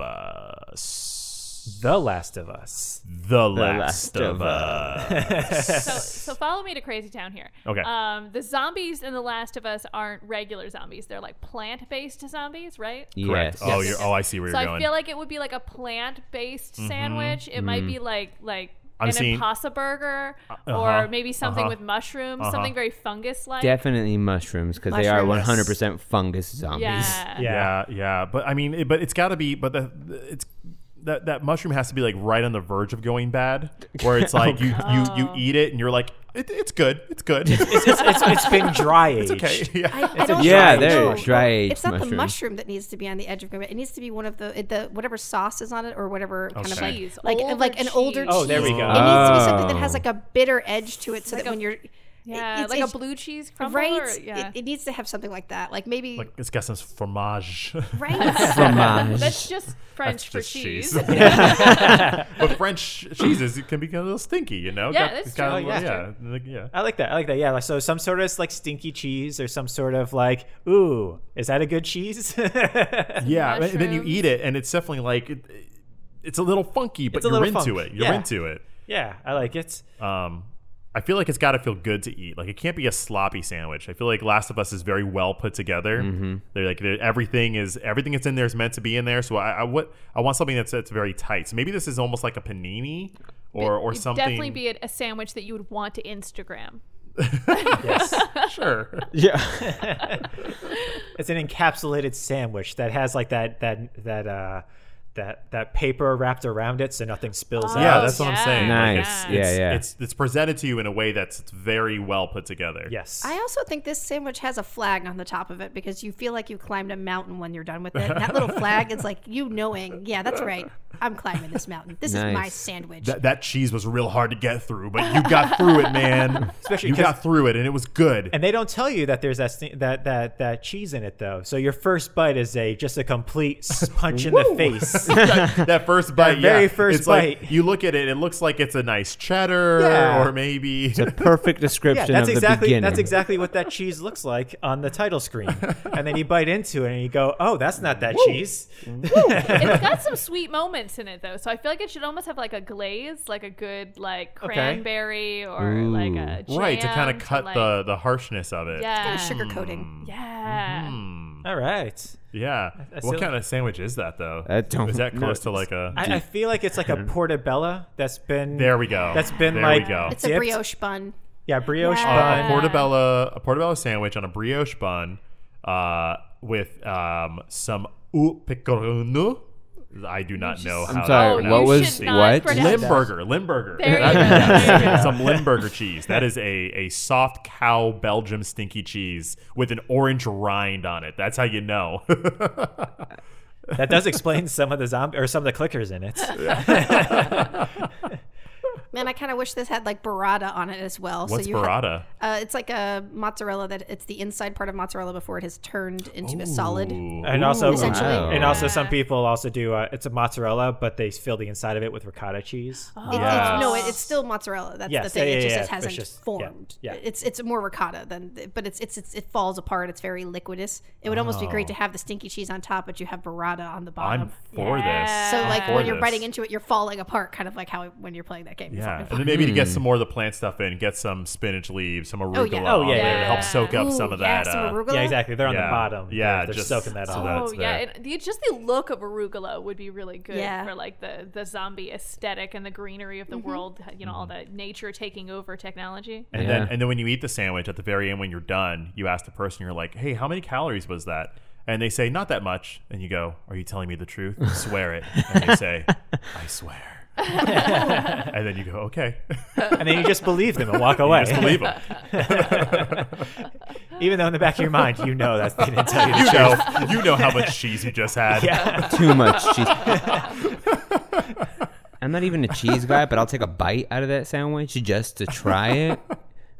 Speaker 3: Us.
Speaker 2: The Last of Us.
Speaker 3: The Last,
Speaker 6: Last
Speaker 3: of
Speaker 6: of
Speaker 4: So,
Speaker 3: Us.
Speaker 4: so follow me to Crazy Town here.
Speaker 3: Okay.
Speaker 4: Um, the zombies in The Last of Us aren't regular zombies. They're like plant-based zombies, right?
Speaker 3: Correct.
Speaker 6: Yes.
Speaker 3: Oh, you're, oh, I see where
Speaker 4: So
Speaker 3: you're
Speaker 4: I
Speaker 3: going. Mm-hmm.
Speaker 4: feel like it would be like a plant-based sandwich. It might
Speaker 3: Mm.
Speaker 4: be like like
Speaker 3: I'm
Speaker 4: an
Speaker 3: seeing-
Speaker 4: impasa burger
Speaker 3: uh-huh,
Speaker 4: or maybe something
Speaker 3: uh-huh,
Speaker 4: with mushrooms, something very fungus-like.
Speaker 6: Definitely mushrooms because they are
Speaker 5: Mushrooms.
Speaker 6: 100% fungus zombies.
Speaker 4: Yeah.
Speaker 3: Yeah, yeah, but I mean, it, but it's got to be, but the, the- it's that that mushroom has to be like right on the verge of going bad, where
Speaker 2: [LAUGHS] Oh,
Speaker 3: it's like you you you eat it and you're like, it, it's good, it's good, [LAUGHS] it's
Speaker 2: It's, it's, it's been
Speaker 3: [LAUGHS]
Speaker 2: dry aged.
Speaker 3: okay, yeah.
Speaker 5: I, I don't
Speaker 6: Yeah,
Speaker 5: think I
Speaker 6: there,
Speaker 5: know.
Speaker 6: dry
Speaker 5: It's not the
Speaker 6: mushroom.
Speaker 5: mushroom that needs to be on the edge of granite. It needs to be one of the it- the whatever sauce is on it or whatever kind of like
Speaker 4: Oh, Cheese.
Speaker 5: like
Speaker 4: Older
Speaker 5: like an older
Speaker 4: cheese.
Speaker 2: Oh, there we go.
Speaker 5: cheese. It needs to be something that
Speaker 6: Oh.
Speaker 5: has like a bitter edge to it, so that
Speaker 4: a-
Speaker 5: when you're
Speaker 4: Yeah,
Speaker 5: it's-
Speaker 4: like
Speaker 5: it's-
Speaker 4: a blue cheese crumble.
Speaker 5: right,
Speaker 4: Or, yeah.
Speaker 5: it, it needs to have something like that. Like maybe
Speaker 3: [LAUGHS] Like it's got some fromage, [LAUGHS]
Speaker 5: right.
Speaker 4: [LAUGHS] [LAUGHS]
Speaker 6: Fromage.
Speaker 4: That's just French
Speaker 3: That's
Speaker 4: for
Speaker 3: just
Speaker 4: cheese.
Speaker 3: [LAUGHS] but French cheeses it can be kind of a little stinky, you know.
Speaker 4: Yeah,
Speaker 3: Got-
Speaker 4: that's
Speaker 3: it's got a
Speaker 2: true. Uh,
Speaker 3: little-
Speaker 2: Yeah,
Speaker 3: yeah, like, yeah.
Speaker 2: I like that. I like that. Yeah. like, So some sort of like stinky cheese or some sort of like, ooh, is that a good cheese? [LAUGHS]
Speaker 3: Yeah, and then you
Speaker 4: Mushrooms.
Speaker 3: eat it, and it's definitely like it, it's a little funky, but
Speaker 2: It's a
Speaker 3: you're into
Speaker 2: little funk.
Speaker 3: it. You're
Speaker 2: Yeah.
Speaker 3: into it.
Speaker 2: yeah, I like it.
Speaker 3: Um, I feel like it's got to feel good to eat. Like it can't be a sloppy sandwich. I feel like Last of Us is very well put together.
Speaker 6: Mm-hmm.
Speaker 3: They're like they're, everything is everything that's in there is meant to be in there. So I, I what I want something that's that's very tight. So maybe this is almost like a panini or or
Speaker 4: It'd
Speaker 3: something.
Speaker 4: Definitely be a, a sandwich that you would want to Instagram. [LAUGHS]
Speaker 3: sure.
Speaker 6: [LAUGHS]
Speaker 3: [LAUGHS]
Speaker 6: Yeah.
Speaker 2: [LAUGHS] It's an encapsulated sandwich that has like that that that uh that that paper wrapped around it so nothing spills out.
Speaker 3: Yeah, that's what I'm
Speaker 4: yeah.
Speaker 3: saying. Like,
Speaker 6: Nice.
Speaker 3: it's-
Speaker 6: Yeah,
Speaker 3: it's-
Speaker 6: yeah.
Speaker 3: It's it's presented to you in a way that's very well put together.
Speaker 2: Yes.
Speaker 5: I also think this sandwich has a flag on the top of it because you feel like you climbed a mountain when you're done with it. That little flag is like you knowing, yeah, that's right. I'm climbing this mountain. This is my
Speaker 6: Nice.
Speaker 5: sandwich.
Speaker 3: That, that cheese was real hard to get through, but you got through it, man.
Speaker 2: [LAUGHS] Especially
Speaker 3: you
Speaker 2: 'cause-
Speaker 3: got through it, and it was good.
Speaker 2: and they don't tell you that there's that sti- that that that cheese in it though. So your first bite is a just a complete s- punch in the
Speaker 3: [LAUGHS]
Speaker 2: face. [LAUGHS]
Speaker 3: that, that first bite,
Speaker 2: very
Speaker 3: yeah.
Speaker 2: first
Speaker 3: it's like,
Speaker 2: bite.
Speaker 3: you look at it, it looks like it's a nice cheddar,
Speaker 2: Yeah.
Speaker 3: or maybe
Speaker 2: [LAUGHS]
Speaker 6: Perfect
Speaker 2: Yeah,
Speaker 6: description
Speaker 2: that's
Speaker 6: of the
Speaker 2: exactly
Speaker 6: beginning.
Speaker 2: that's exactly what that cheese looks like on the title screen. and
Speaker 6: [LAUGHS]
Speaker 2: then you bite into it and you go, "Oh, that's not that cheese."
Speaker 4: it's got
Speaker 3: [LAUGHS]
Speaker 4: some sweet moments in it though, so I feel like it should almost have like a glaze, like a good like cranberry or like a jam
Speaker 3: [LAUGHS] right to kind of cut
Speaker 4: like-
Speaker 3: the the harshness of it.
Speaker 4: yeah
Speaker 5: sugar coating.
Speaker 3: Mm. Mm-hmm.
Speaker 4: yeah.
Speaker 2: [LAUGHS] All right.
Speaker 3: Yeah.
Speaker 2: still-
Speaker 3: what kind of sandwich is that though?
Speaker 6: I don't
Speaker 3: is that
Speaker 6: know.
Speaker 3: close to like a?
Speaker 2: I, I feel like it's like
Speaker 3: [LAUGHS]
Speaker 2: a portabella that's been
Speaker 3: there we go.
Speaker 2: That's been
Speaker 3: there
Speaker 2: like
Speaker 3: we go.
Speaker 5: It's a
Speaker 2: dipped.
Speaker 5: brioche bun.
Speaker 2: Yeah, brioche
Speaker 3: A- a
Speaker 4: Yeah.
Speaker 2: bun.
Speaker 3: portobello a portobello sandwich on a brioche bun, uh, with um some u pecorino. I do not know how. to
Speaker 6: sorry,
Speaker 4: Oh,
Speaker 3: pronounce
Speaker 6: what
Speaker 4: you
Speaker 6: was-
Speaker 4: should not
Speaker 6: what?
Speaker 4: pronounce-
Speaker 3: Limburger, Limburger.
Speaker 4: There you go.
Speaker 3: That-
Speaker 4: There you go.
Speaker 3: [LAUGHS] Some Limburger cheese. That is a, a soft cow Belgium stinky cheese with an orange rind on it. That's how you know. [LAUGHS] [LAUGHS]
Speaker 2: That does explain some of the zombie or some of the clickers in it.
Speaker 5: Man, I kind of wish this had like burrata on it as well.
Speaker 3: What's
Speaker 5: had-
Speaker 3: burrata?
Speaker 5: uh, it's like a mozzarella that it's the inside part of mozzarella before it has turned into a solid.
Speaker 3: Ooh.
Speaker 2: And also,
Speaker 5: Essentially.
Speaker 6: Wow.
Speaker 2: and also, some people also do. Uh, it's a mozzarella, but they fill the inside of it with ricotta cheese.
Speaker 5: It,
Speaker 3: Yes.
Speaker 5: it's, no, it, it's still mozzarella. That's the
Speaker 2: Yes,
Speaker 5: thing.
Speaker 2: yeah,
Speaker 5: it
Speaker 2: yeah,
Speaker 5: just
Speaker 2: yeah,
Speaker 5: it
Speaker 2: but it's
Speaker 5: hasn't
Speaker 2: just- yeah,
Speaker 5: formed.
Speaker 2: yeah.
Speaker 5: It's it's more ricotta than, but it's it's, it's it falls apart. It's very liquidous. It would almost be great to have the stinky cheese on top, but you have burrata on the bottom.
Speaker 3: I'm for
Speaker 4: Yeah.
Speaker 3: this.
Speaker 5: so
Speaker 3: I'm
Speaker 5: like
Speaker 3: for
Speaker 5: when you're
Speaker 3: this.
Speaker 5: biting into it, you're falling apart, kind of like how when you're playing that game. you're
Speaker 3: Yeah,
Speaker 5: falling
Speaker 3: and
Speaker 5: apart.
Speaker 3: then maybe to get some more of the plant stuff in, get some spinach leaves, some arugula.
Speaker 5: Oh, yeah.
Speaker 2: Oh, yeah,
Speaker 3: on there
Speaker 2: yeah,
Speaker 3: to
Speaker 2: yeah.
Speaker 3: help soak up
Speaker 5: Ooh,
Speaker 3: some of
Speaker 5: yeah,
Speaker 3: that.
Speaker 5: some
Speaker 3: uh,
Speaker 5: arugula.
Speaker 2: Yeah, exactly. They're on
Speaker 3: Yeah.
Speaker 2: the bottom. They're-
Speaker 3: Yeah,
Speaker 2: they're,
Speaker 3: just
Speaker 2: soaking that
Speaker 3: so
Speaker 2: all
Speaker 3: that-
Speaker 2: up.
Speaker 4: Oh
Speaker 3: that's
Speaker 4: yeah,
Speaker 3: there.
Speaker 4: and the, just the look of arugula would be really good
Speaker 5: Yeah.
Speaker 4: for like the the zombie aesthetic and the greenery of the world. You know, all the nature taking over technology.
Speaker 3: Mm-hmm. And
Speaker 6: Yeah.
Speaker 3: then and then when you eat the sandwich at the very end when you're done, you ask the person, you're like, Hey, how many calories was that? And they say, Not that much. And you go, Are you telling me the truth? swear it. And they say, I swear. and then you go,
Speaker 2: [LAUGHS]
Speaker 3: Okay.
Speaker 2: And then you just believe them and
Speaker 3: [LAUGHS]
Speaker 2: walk away.
Speaker 3: Just believe them.
Speaker 2: [LAUGHS] Even though in the back of your mind, you know that's
Speaker 3: [LAUGHS]
Speaker 2: they didn't [LAUGHS] tell you the
Speaker 3: You
Speaker 2: truth.
Speaker 3: know, you know how much cheese you just had.
Speaker 2: Yeah.
Speaker 6: Too much cheese. [LAUGHS] I'm not even a cheese guy, but I'll take a bite out of that sandwich just to try it.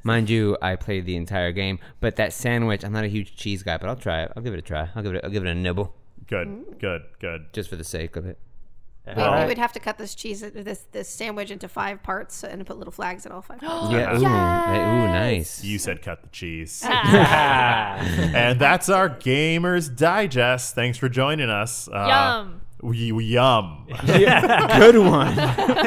Speaker 6: Mind you, I played the entire game, but that sandwich, I'm not a huge cheese guy, but I'll try it. I'll give it a try. I'll give it. A, I'll give it a nibble
Speaker 3: Good, good, good.
Speaker 6: just for the sake of it.
Speaker 5: We, we
Speaker 2: Alright.
Speaker 5: would have to cut this cheese, this this sandwich into five parts and put little flags at all five.
Speaker 6: [GASPS]
Speaker 5: parts.
Speaker 6: Yeah. Ooh, eh, ooh nice.
Speaker 3: You said cut the cheese.
Speaker 2: Ah.
Speaker 3: [LAUGHS] and that's our Gamers Digest. Thanks for joining us. Uh,
Speaker 4: Yum.
Speaker 3: We,
Speaker 2: [LAUGHS]
Speaker 3: we- yum.
Speaker 6: Good one.
Speaker 4: Did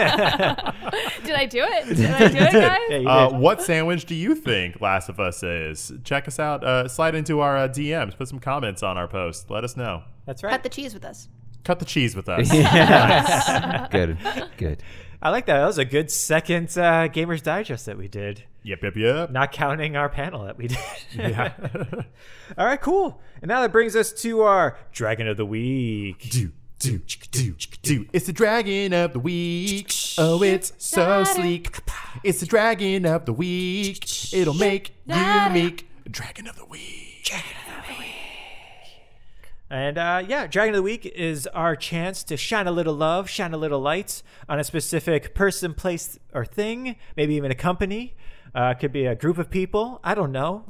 Speaker 4: I do
Speaker 3: [LAUGHS]
Speaker 4: it? Did I do it,
Speaker 2: Yeah,
Speaker 4: guys?
Speaker 2: you
Speaker 3: Uh,
Speaker 2: did.
Speaker 3: what sandwich do you think Last of Us is? Check us out. Uh, slide into our uh, DMs. Put some comments on our post. Let us know.
Speaker 2: That's right.
Speaker 5: Cut the cheese with us.
Speaker 3: Cut the cheese with us.
Speaker 6: [LAUGHS] Yes. good. Good.
Speaker 2: I like that. That was a good second uh, Gamers Digest that we did,
Speaker 3: yep, yep, yep.
Speaker 2: not counting our panel that we did.
Speaker 3: Yeah.
Speaker 2: [LAUGHS] All right, cool. And now that brings us to our Dragon of the Week.
Speaker 3: do, do, do, do. It's the dragon of the week. Oh, it's so sleek. It's the dragon of the week. It'll make you meek. Dragon of
Speaker 2: [LAUGHS]
Speaker 3: the week.
Speaker 2: And uh, yeah, Dragon of the Week is our chance to shine a little love, shine a little light on a specific person, place, or thing, maybe even a company. Uh, it could be a group of people. I don't
Speaker 3: [LAUGHS]
Speaker 2: know.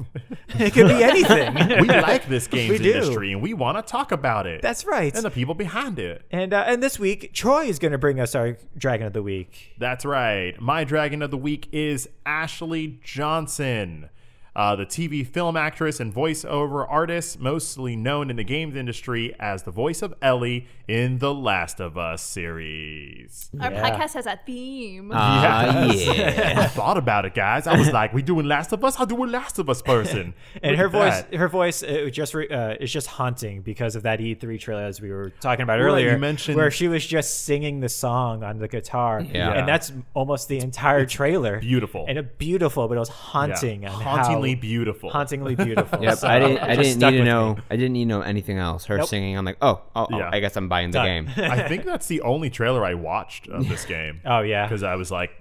Speaker 2: it could be anything.
Speaker 3: We like this games
Speaker 2: We do.
Speaker 3: industry and we want to talk about it.
Speaker 2: That's right.
Speaker 3: and the people behind it.
Speaker 2: And uh, and this week, Troy is going to bring us our Dragon of the Week.
Speaker 3: That's right. My dragon of the week is Ashley Johnson, uh, the TV film actress and voiceover artist, mostly known in the games industry as the voice of Ellie in the Last of Us series.
Speaker 4: Our
Speaker 2: Yeah.
Speaker 4: podcast has a theme.
Speaker 3: Uh,
Speaker 6: Ah, yeah.
Speaker 2: [LAUGHS]
Speaker 3: I thought about it, guys. I was like, "We doing Last of Us? I'll do a Last of Us person."
Speaker 2: [LAUGHS] And
Speaker 3: Look
Speaker 2: her
Speaker 3: at
Speaker 2: voice,
Speaker 3: that.
Speaker 2: her voice, uh, just re- uh, is just haunting because of that E3 trailer as we were talking about
Speaker 3: Right,
Speaker 2: earlier.
Speaker 3: you mentioned-
Speaker 2: where she was just singing the song on the guitar,
Speaker 6: Yeah.
Speaker 2: and that's almost the entire trailer.
Speaker 3: beautiful.
Speaker 2: and it beautiful, but it was
Speaker 3: Yeah.
Speaker 2: haunting, and how-
Speaker 3: hauntingly beautiful,
Speaker 2: hauntingly beautiful.
Speaker 6: [LAUGHS] Yep,
Speaker 2: So
Speaker 6: I didn't.
Speaker 2: it
Speaker 6: I
Speaker 2: just
Speaker 6: didn't
Speaker 2: stuck
Speaker 6: need to
Speaker 2: with me.
Speaker 6: know. I didn't need to know anything else. Her
Speaker 2: Nope.
Speaker 6: singing, I'm like, oh, oh, oh,
Speaker 3: Yeah.
Speaker 6: I guess I'm buying the
Speaker 2: Done.
Speaker 3: [LAUGHS]
Speaker 6: game.
Speaker 3: I
Speaker 2: [LAUGHS]
Speaker 3: think that's the only trailer I watched of this game.
Speaker 2: Oh, yeah.
Speaker 3: because I was like,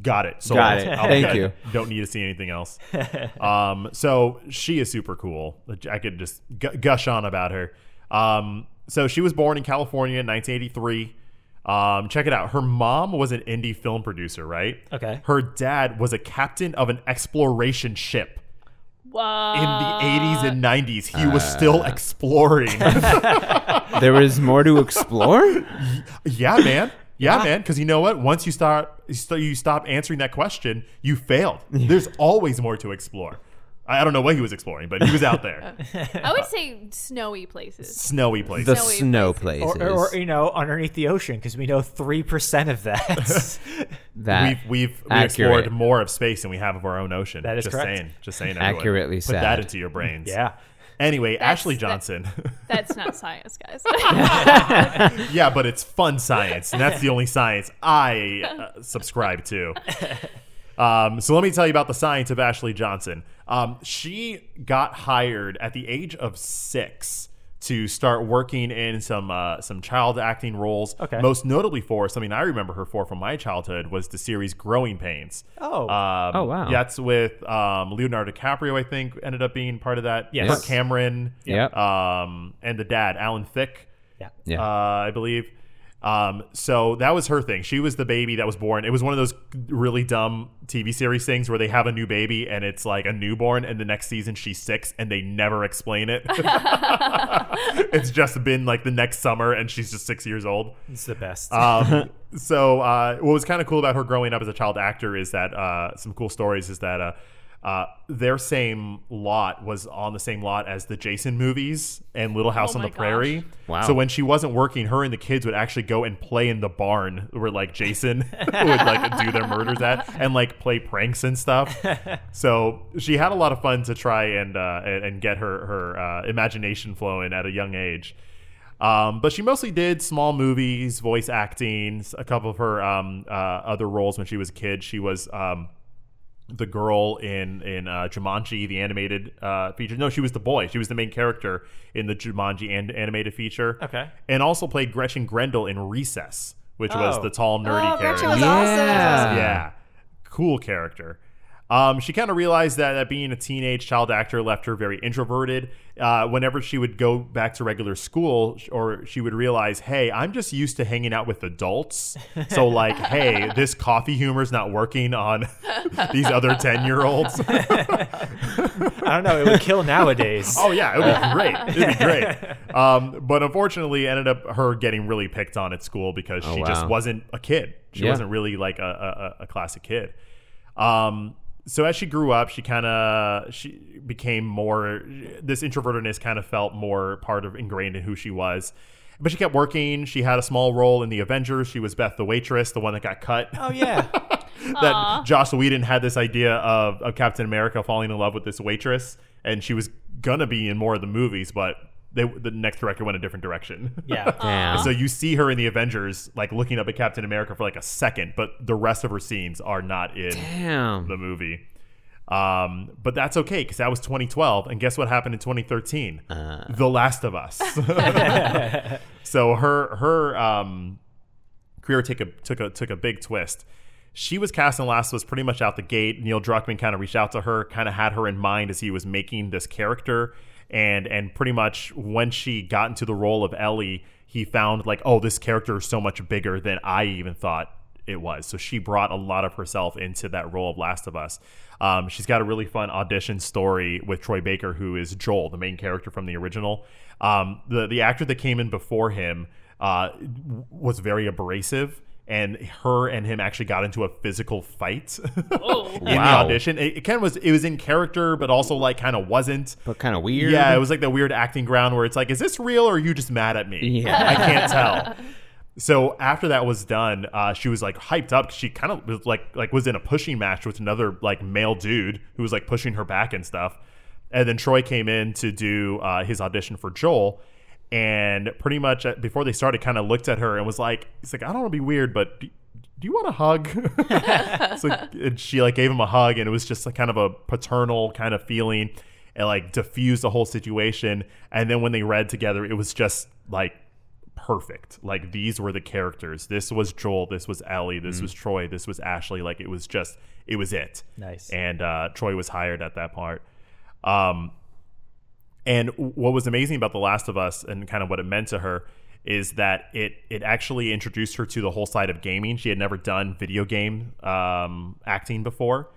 Speaker 3: got it, sold.
Speaker 6: Got it.
Speaker 3: I'm
Speaker 6: Thank
Speaker 3: good.
Speaker 6: you.
Speaker 3: [LAUGHS] Don't need to see anything
Speaker 6: [LAUGHS]
Speaker 3: else. um, so she is super cool. I could just gu- gush on about her. Um, so she was born in California in 1983. Um, check it out. Her mom was an indie film producer, right?
Speaker 2: Okay.
Speaker 3: Her dad was a captain of an exploration ship
Speaker 4: Whoa.
Speaker 3: [LAUGHS] in
Speaker 6: Uh,
Speaker 3: the 80s and 90s. He was still
Speaker 6: [LAUGHS]
Speaker 3: exploring.
Speaker 6: There was more to explore.
Speaker 3: Yeah, man. Yeah, man. Because you know what? Once you start, you st- you stop answering that question, you failed. There's always more to explore. I I don't know what he was exploring, but he was
Speaker 2: [LAUGHS]
Speaker 3: out there,
Speaker 4: I would say snowy places.
Speaker 3: snowy places.
Speaker 6: The
Speaker 4: Snowy
Speaker 6: snow places.
Speaker 2: Or, or you know, underneath the ocean because we know three percent of
Speaker 3: [LAUGHS]
Speaker 2: that. [LAUGHS]
Speaker 6: that
Speaker 3: we've we've, we
Speaker 6: accurate.
Speaker 3: explored more of space than we have of our own ocean.
Speaker 2: That is
Speaker 3: just
Speaker 2: correct.
Speaker 3: saying, just saying. everyone.
Speaker 6: Accurately
Speaker 3: put
Speaker 6: said.
Speaker 3: that into your brains.
Speaker 2: yeah,
Speaker 3: Anyway, Ashley
Speaker 4: that-
Speaker 3: Johnson. [LAUGHS]
Speaker 4: That's not science, guys. [LAUGHS]
Speaker 3: yeah, but it's fun science, and that's the only science I uh, subscribe to. Um, so let me tell you about the science of Ashley Johnson. Um, she got hired at the age of six to start working in some uh, some child acting roles.
Speaker 2: Okay.
Speaker 3: Most notably for something I remember her for from my childhood was the series Growing Pains.
Speaker 2: Oh.
Speaker 3: Um,
Speaker 6: Oh, wow.
Speaker 3: That's with um, Leonardo DiCaprio. I think ended up being part of that.
Speaker 2: Yes.
Speaker 3: Kirk Cameron.
Speaker 6: Yep.
Speaker 3: Um, and the dad Alan Thicke
Speaker 2: yeah.
Speaker 6: yeah.
Speaker 3: uh, I believe. Um, so that was her thing. She was the baby that was born. It was one of those really dumb TV series things where they have a new baby and it's like a newborn, and the next season she's six and they never explain it. [LAUGHS] it's just been like the next summer and she's just six years old.
Speaker 2: It's the best.
Speaker 3: Um, so uh, what was kind of cool about her growing up as a child actor is that uh, some cool stories is that uh, uh, their same lot was on the same lot as the Jason movies and Little House
Speaker 4: Oh
Speaker 3: on
Speaker 4: my
Speaker 3: the Prairie.
Speaker 6: Wow.
Speaker 3: So when she wasn't working, her and the kids would actually go and play in the barn where
Speaker 4: [LAUGHS]
Speaker 3: like Jason [LAUGHS] would like do their murders at and like play pranks and
Speaker 4: [LAUGHS]
Speaker 3: stuff. so she had a lot of fun to try and uh, and, and get her her uh, imagination flowing at a young age. Um, but she mostly did small movies, voice acting, a couple of her um, uh, other roles when she was a kid. She was um, the girl in in uh, Jumanji, the animated uh, feature. No, she was the boy. She was the main character in the Jumanji and animated feature.
Speaker 2: Okay.
Speaker 3: and also played Gretchen Grendel in Recess, which was
Speaker 2: Oh.
Speaker 3: the tall nerdy
Speaker 5: Oh,
Speaker 3: character.
Speaker 5: Gretchen was awesome.
Speaker 3: yeah, cool character. Um, she kind of realized that, that being a teenage child actor left her very introverted. Uh, whenever she would go back to regular school, sh- or she would realize, hey, I'm just used to hanging out with adults. So, like, hey, this coffee humor's not working on [LAUGHS] these other 10 year olds. [LAUGHS]
Speaker 2: I don't know. It would kill nowadays.
Speaker 3: Oh yeah, it would be great. It'd be great. Um, but unfortunately, ended up her getting really picked on at school because she just
Speaker 6: Oh, wow.
Speaker 3: wasn't a kid. She
Speaker 6: Yeah.
Speaker 3: wasn't really like a, a, a- a classic kid. Um, so as she grew up, she kind of she became more. This introvertedness kind of felt more part of ingrained in who she was. But she kept working. She had a small role in the Avengers. She was Beth the waitress, the one that got cut
Speaker 2: Oh, yeah.
Speaker 3: that Joss Whedon had this idea of, of Captain America falling in love with this waitress, and she was gonna be in more of the movies, but they, the next director went a different direction.
Speaker 2: Yeah.
Speaker 6: Damn.
Speaker 3: [LAUGHS] so you see her in the Avengers, like looking up at Captain America for like a second, but the rest of her scenes are not in
Speaker 6: Damn.
Speaker 3: the movie. Um, but that's okay because that was 2012, and guess what happened in 2013? the Last of Us. [LAUGHS] so her her um, career took a took a took a big twist. She was cast in Last of Us pretty much out the gate. Neil Druckmann kind of reached out to her, kind of had her in mind as he was making this character, and and pretty much when she got into the role of Ellie, he found like, oh, this character is so much bigger than I even thought it was. So she brought a lot of herself into that role of Last of Us. Um, she's got a really fun audition story with Troy Baker, who is Joel, the main character from the original. Um, the the actor that came in before him uh, w- was very abrasive. And her and him actually got into a physical fight [LAUGHS] in
Speaker 6: Wow.
Speaker 3: the audition. It, it kind of was it was in character, but also like kind of wasn't.
Speaker 6: But kind of weird.
Speaker 3: Yeah, it was like the weird acting ground where it's like, is this real or are you just mad at me?
Speaker 6: [LAUGHS]
Speaker 3: [LAUGHS]
Speaker 6: Yeah.
Speaker 3: I can't tell. So after that was done, uh, she was like hyped up. 'cause She kind of was like like was in a pushing match with another like male dude who was like pushing her back and stuff. And then Troy came in to do uh, his audition for Joel, and pretty much uh, before they started, kind of looked at her and was like, "He's like, I don't want to be weird, but do, do you want a hug?" [LAUGHS] so and she like gave him a hug and it was just like kind of a paternal kind of feeling and like diffused the whole situation and then when they read together it was just like perfect like these were the characters this was joel this was ellie this was troy this was ashley like it was just it was it
Speaker 2: Nice.
Speaker 3: and uh, troy was hired at that part um, and what was amazing about The Last of Us and kind of what it meant to her is that it it actually introduced her to the whole side of gaming. She had never done video game um, acting before.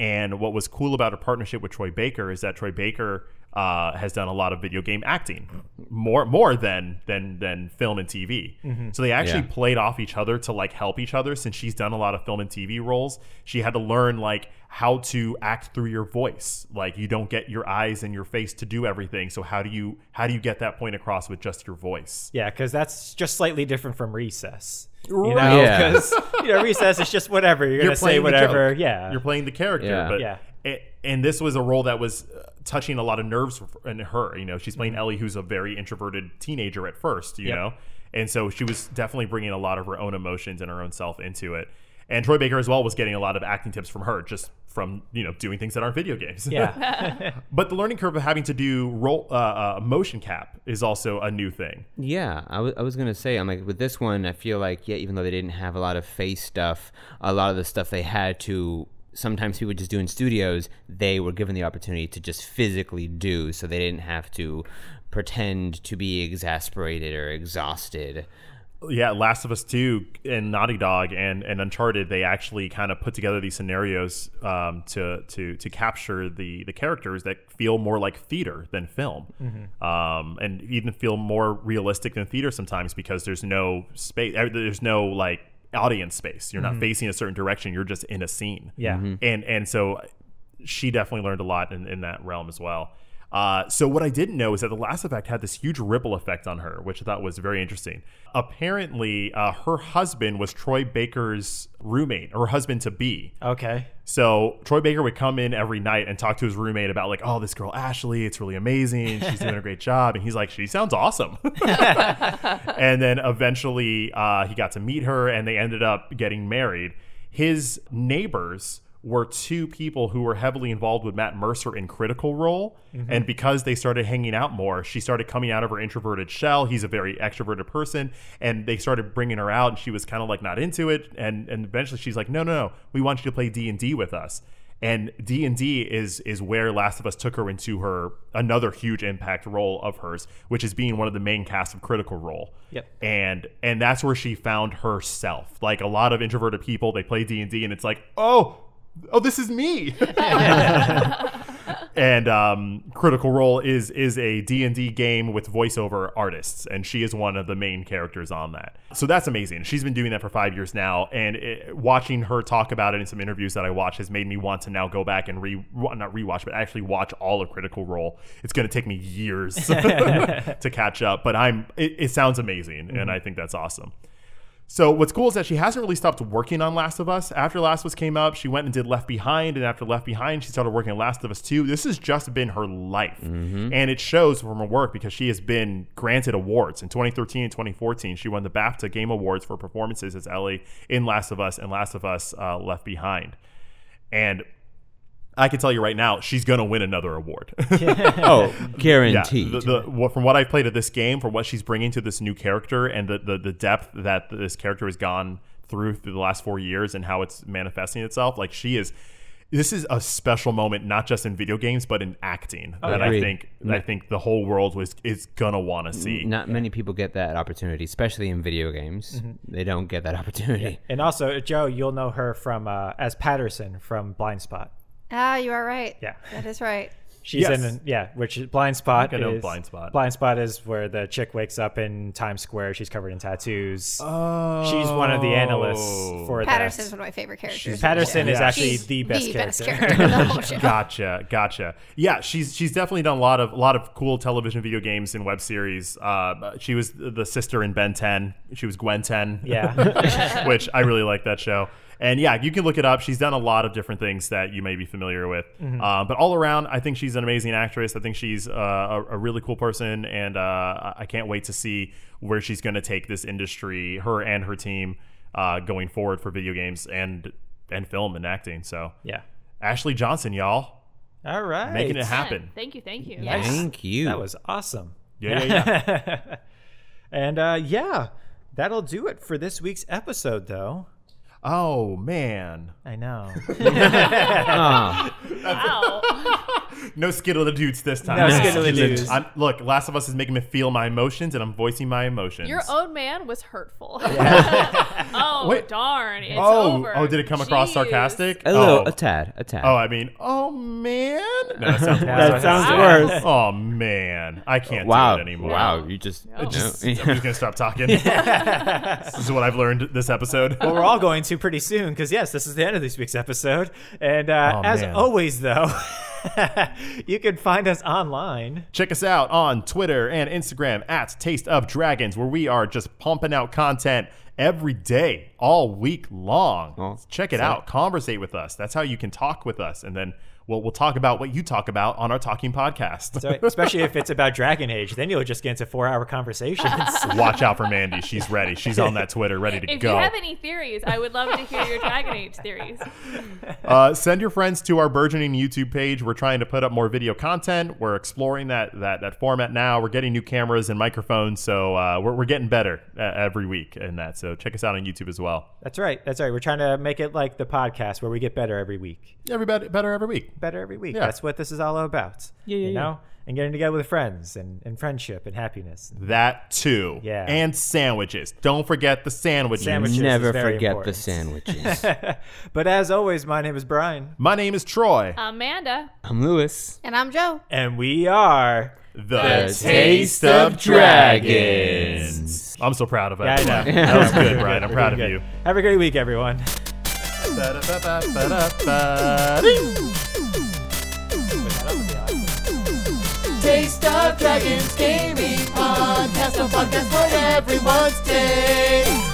Speaker 3: And what was cool about her partnership with Troy Baker is that Troy Baker uh, has done a lot of video game acting, more more than than than film and TV. So they actually
Speaker 6: Yeah.
Speaker 3: played off each other to like help each other. Since she's done a lot of film and TV roles, she had to learn like how to act through your voice. Like you don't get your eyes and your face to do everything. So how do you how do you get that point across with just your voice?
Speaker 2: Yeah, because that's just slightly different from recess. You know,
Speaker 3: Right.
Speaker 6: Yeah.
Speaker 2: because you know, recess is just whatever you're, gonna say,
Speaker 3: playing the
Speaker 2: whatever.
Speaker 3: joke.
Speaker 2: Yeah,
Speaker 3: you're playing the character.
Speaker 6: Yeah.
Speaker 3: But
Speaker 2: Yeah.
Speaker 3: a- and this was a role that was uh, touching a lot of nerves f- in her. You know, she's playing Ellie, who's a very introverted teenager at first. You
Speaker 2: Mm-hmm. Yep.
Speaker 3: know, and so she was definitely bringing a lot of her own emotions and her own self into it. And Troy Baker as well was getting a lot of acting tips from her, just from you know doing things that aren't video games.
Speaker 2: yeah,
Speaker 3: [LAUGHS] but the learning curve of having to do role uh, uh, motion cap is also a new thing.
Speaker 6: Yeah, I wa- I was gonna say, I'm like with this one, I feel like yeah, even though they didn't have a lot of face stuff, a lot of the stuff they had to sometimes people just do in studios, they were given the opportunity to just physically do,
Speaker 3: [LAUGHS]
Speaker 6: so they didn't have to pretend to be exasperated or exhausted.
Speaker 3: yeah, Last of Us Two and Naughty Dog and, and Uncharted, they actually kind of put together these scenarios um, to to to capture the the characters that feel more like theater than film, um, and even feel more realistic than theater sometimes because there's no space, er, there's no like audience space. You're not facing a certain direction. You're just in a scene.
Speaker 2: Yeah. Mhm.
Speaker 3: and and so she definitely learned a lot in, in that realm as well. Uh, so what I didn't know is that the last effect had this huge ripple effect on her, which I thought was very interesting. Apparently, uh, her husband was Troy Baker's roommate or husband to be.
Speaker 2: Okay.
Speaker 3: So Troy Baker would come in every night and talk to his roommate about like, oh, this girl Ashley, it's really amazing. She's doing a great job, and he's like, she sounds awesome. [LAUGHS] and then eventually, uh, he got to meet her, and they ended up getting married. His neighbors were two people who were heavily involved with Matt Mercer in Critical Role, and because they started hanging out more, she started coming out of her introverted shell. He's a very extroverted person, and they started bringing her out, and she was kind of like not into it, and and eventually she's like, no, no, no, we want you to play D and D with us and D and D is is where Last of Us took her into her another huge impact role of hers, which is being one of the main cast of Critical Role.
Speaker 2: Yep.
Speaker 3: And and that's where she found herself. Like a lot of introverted people, they play D and D, and it's like, oh, oh, this is me. and um, Critical Role is is a D and D game with voiceover artists, and she is one of the main characters on that. So that's amazing. She's been doing that for five years now, and it, watching her talk about it in some interviews that I watch has made me want to now go back and re well, not rewatch, but actually watch all of Critical Role. It's going to take me years [LAUGHS] to catch up, but I'm. It, it sounds amazing, and I think that's awesome. So what's cool is that she hasn't really stopped working on Last of Us. After Last of Us came up, she went and did Left Behind, and after Left Behind, she started working on Last of Us 2. This has just been her life. And it shows from her work because she has been granted awards. In 2013 and 2014, she won the BAFTA Game Awards for performances as Ellie in Last of Us and Last of Us uh, Left Behind. And I can tell you right now, she's going to win another award.
Speaker 6: Oh, guaranteed.
Speaker 3: Yeah, the, the, what, from what I've played of this game, from what she's bringing to this new character, and the, the, the depth that this character has gone through through the last four years and how it's manifesting itself, like she is. This is a special moment, not just in video games, but in acting that I
Speaker 6: Oh, Agreed.
Speaker 3: think I think the whole world was is gonna want to see.
Speaker 6: Not many people get that opportunity, especially in video games.
Speaker 3: Mm-hmm.
Speaker 6: They don't get that opportunity.
Speaker 2: And also, Joe, you'll know her from uh, as Patterson from Blind Spot.
Speaker 5: Ah, you are right.
Speaker 2: Yeah.
Speaker 5: That is right.
Speaker 2: She's
Speaker 3: Yes.
Speaker 2: in, an, yeah, which is Blind Spot.
Speaker 3: I know
Speaker 2: is-
Speaker 3: Blind Spot.
Speaker 2: Blind Spot is where the chick wakes up in Times Square. She's covered in tattoos. She's one of the analysts for
Speaker 5: Patterson's
Speaker 3: Oh.
Speaker 2: that.
Speaker 5: one of my favorite characters.
Speaker 2: Patterson is
Speaker 3: Yeah.
Speaker 2: actually
Speaker 5: She's
Speaker 2: the best character.
Speaker 5: in [LAUGHS] the
Speaker 2: [LAUGHS]
Speaker 5: whole show.
Speaker 3: [LAUGHS] Gotcha, gotcha. Yeah, she's she's definitely done a lot of a lot of cool television, video games, and web series. Uh, she was the sister in Ben Ten. She was Gwen Ten.
Speaker 2: Yeah.
Speaker 3: [LAUGHS] which I really like that show. And yeah, you can look it up. She's done a lot of different things that you may be familiar with. Uh, but all around, I think she's an amazing actress. I think she's uh, a, a really cool person, and uh, I I can't wait to see where she's going to take this industry, her and her team, uh, going forward for video games and and film and acting. So
Speaker 2: yeah.
Speaker 3: Ashley Johnson, y'all.
Speaker 2: All right.
Speaker 3: Making it
Speaker 4: Fun.
Speaker 3: happen.
Speaker 4: Thank you, thank you.
Speaker 6: Thank you.
Speaker 2: That was awesome.
Speaker 3: Yeah, yeah, yeah.
Speaker 2: [LAUGHS] and uh, yeah, that'll do it for this week's episode, though.
Speaker 3: oh man.
Speaker 2: I
Speaker 3: [LAUGHS]
Speaker 2: know.
Speaker 6: Ah,
Speaker 4: Wow.
Speaker 3: No skittle the dudes this time.
Speaker 2: No skittle the
Speaker 3: skittle
Speaker 2: dudes.
Speaker 3: I'm, look, Last of Us is making me feel my emotions, and I'm voicing my emotions.
Speaker 4: Your own man was hurtful. [LAUGHS] oh
Speaker 3: Wait.
Speaker 4: darn! It's
Speaker 3: oh,
Speaker 4: over.
Speaker 3: oh, did it come across
Speaker 4: Jeez.
Speaker 3: sarcastic?
Speaker 6: a little,
Speaker 3: oh.
Speaker 6: a tad, a tad.
Speaker 3: oh, I mean, oh man. No, that sounds
Speaker 2: That
Speaker 3: worse.
Speaker 2: sounds
Speaker 4: Wow.
Speaker 2: worse.
Speaker 3: Oh man, I can't
Speaker 6: wow,
Speaker 3: do it anymore.
Speaker 6: wow, you just, no. [LAUGHS]
Speaker 3: Just, I'm just gonna stop talking. this is what I've learned this episode.
Speaker 2: Well, we're all going to pretty soon because yes, this is the end of this week's episode. And uh,
Speaker 3: Oh,
Speaker 2: as
Speaker 3: man.
Speaker 2: always, though, [LAUGHS] you can find us online.
Speaker 3: Check us out on Twitter and Instagram at Taste of Dragons, where we are just pumping out content every day, all week long.
Speaker 6: Oh,
Speaker 3: Check it out. Conversate with us. That's how you can talk with us. And then we'll, we'll talk about what you talk about on our talking podcast.
Speaker 2: So, especially if it's about Dragon Age, then you'll just get into four-hour conversations.
Speaker 3: [LAUGHS] [LAUGHS] Watch out for Mandy. She's ready. She's on that Twitter, ready to
Speaker 4: If
Speaker 3: go.
Speaker 4: you have any theories, I would love to hear your Dragon Age
Speaker 3: [LAUGHS]
Speaker 4: theories.
Speaker 3: uh, send your friends to our burgeoning YouTube page. We're trying to put up more video content. We're exploring that that that format now. We're getting new cameras and microphones, so uh, we're, we're getting better uh, every week in that. So check us out on YouTube as well.
Speaker 2: That's right. That's right. We're trying to make it like the podcast where we get better every week.
Speaker 3: every bet- better every week.
Speaker 2: get better every week.
Speaker 3: Yeah.
Speaker 2: That's what this is all about.
Speaker 6: Yeah, yeah,
Speaker 2: You
Speaker 6: yeah.
Speaker 2: know, and getting together with friends and, and friendship and happiness.
Speaker 3: That too.
Speaker 2: Yeah.
Speaker 3: And sandwiches. Don't forget the sandwiches.
Speaker 2: Sandwiches. Which is
Speaker 6: Never
Speaker 2: very
Speaker 6: forget
Speaker 2: important.
Speaker 6: the
Speaker 3: [LAUGHS]
Speaker 6: sandwiches.
Speaker 2: [LAUGHS] But as always, my name is Brian,
Speaker 3: My name is Troy.
Speaker 4: Amanda.
Speaker 6: I'm Lewis.
Speaker 5: And I'm Joe.
Speaker 2: and we are.
Speaker 3: the,
Speaker 6: Taste of Dragons.
Speaker 3: I'm so proud of
Speaker 2: Yeah,
Speaker 3: that.
Speaker 2: I know.
Speaker 3: That
Speaker 2: [LAUGHS]
Speaker 3: was good, Brian. I'm proud of
Speaker 2: Good.
Speaker 3: you.
Speaker 2: Have a great week, everyone.
Speaker 1: Taste of Dragons Gaming Podcast, a podcast for everyone's taste.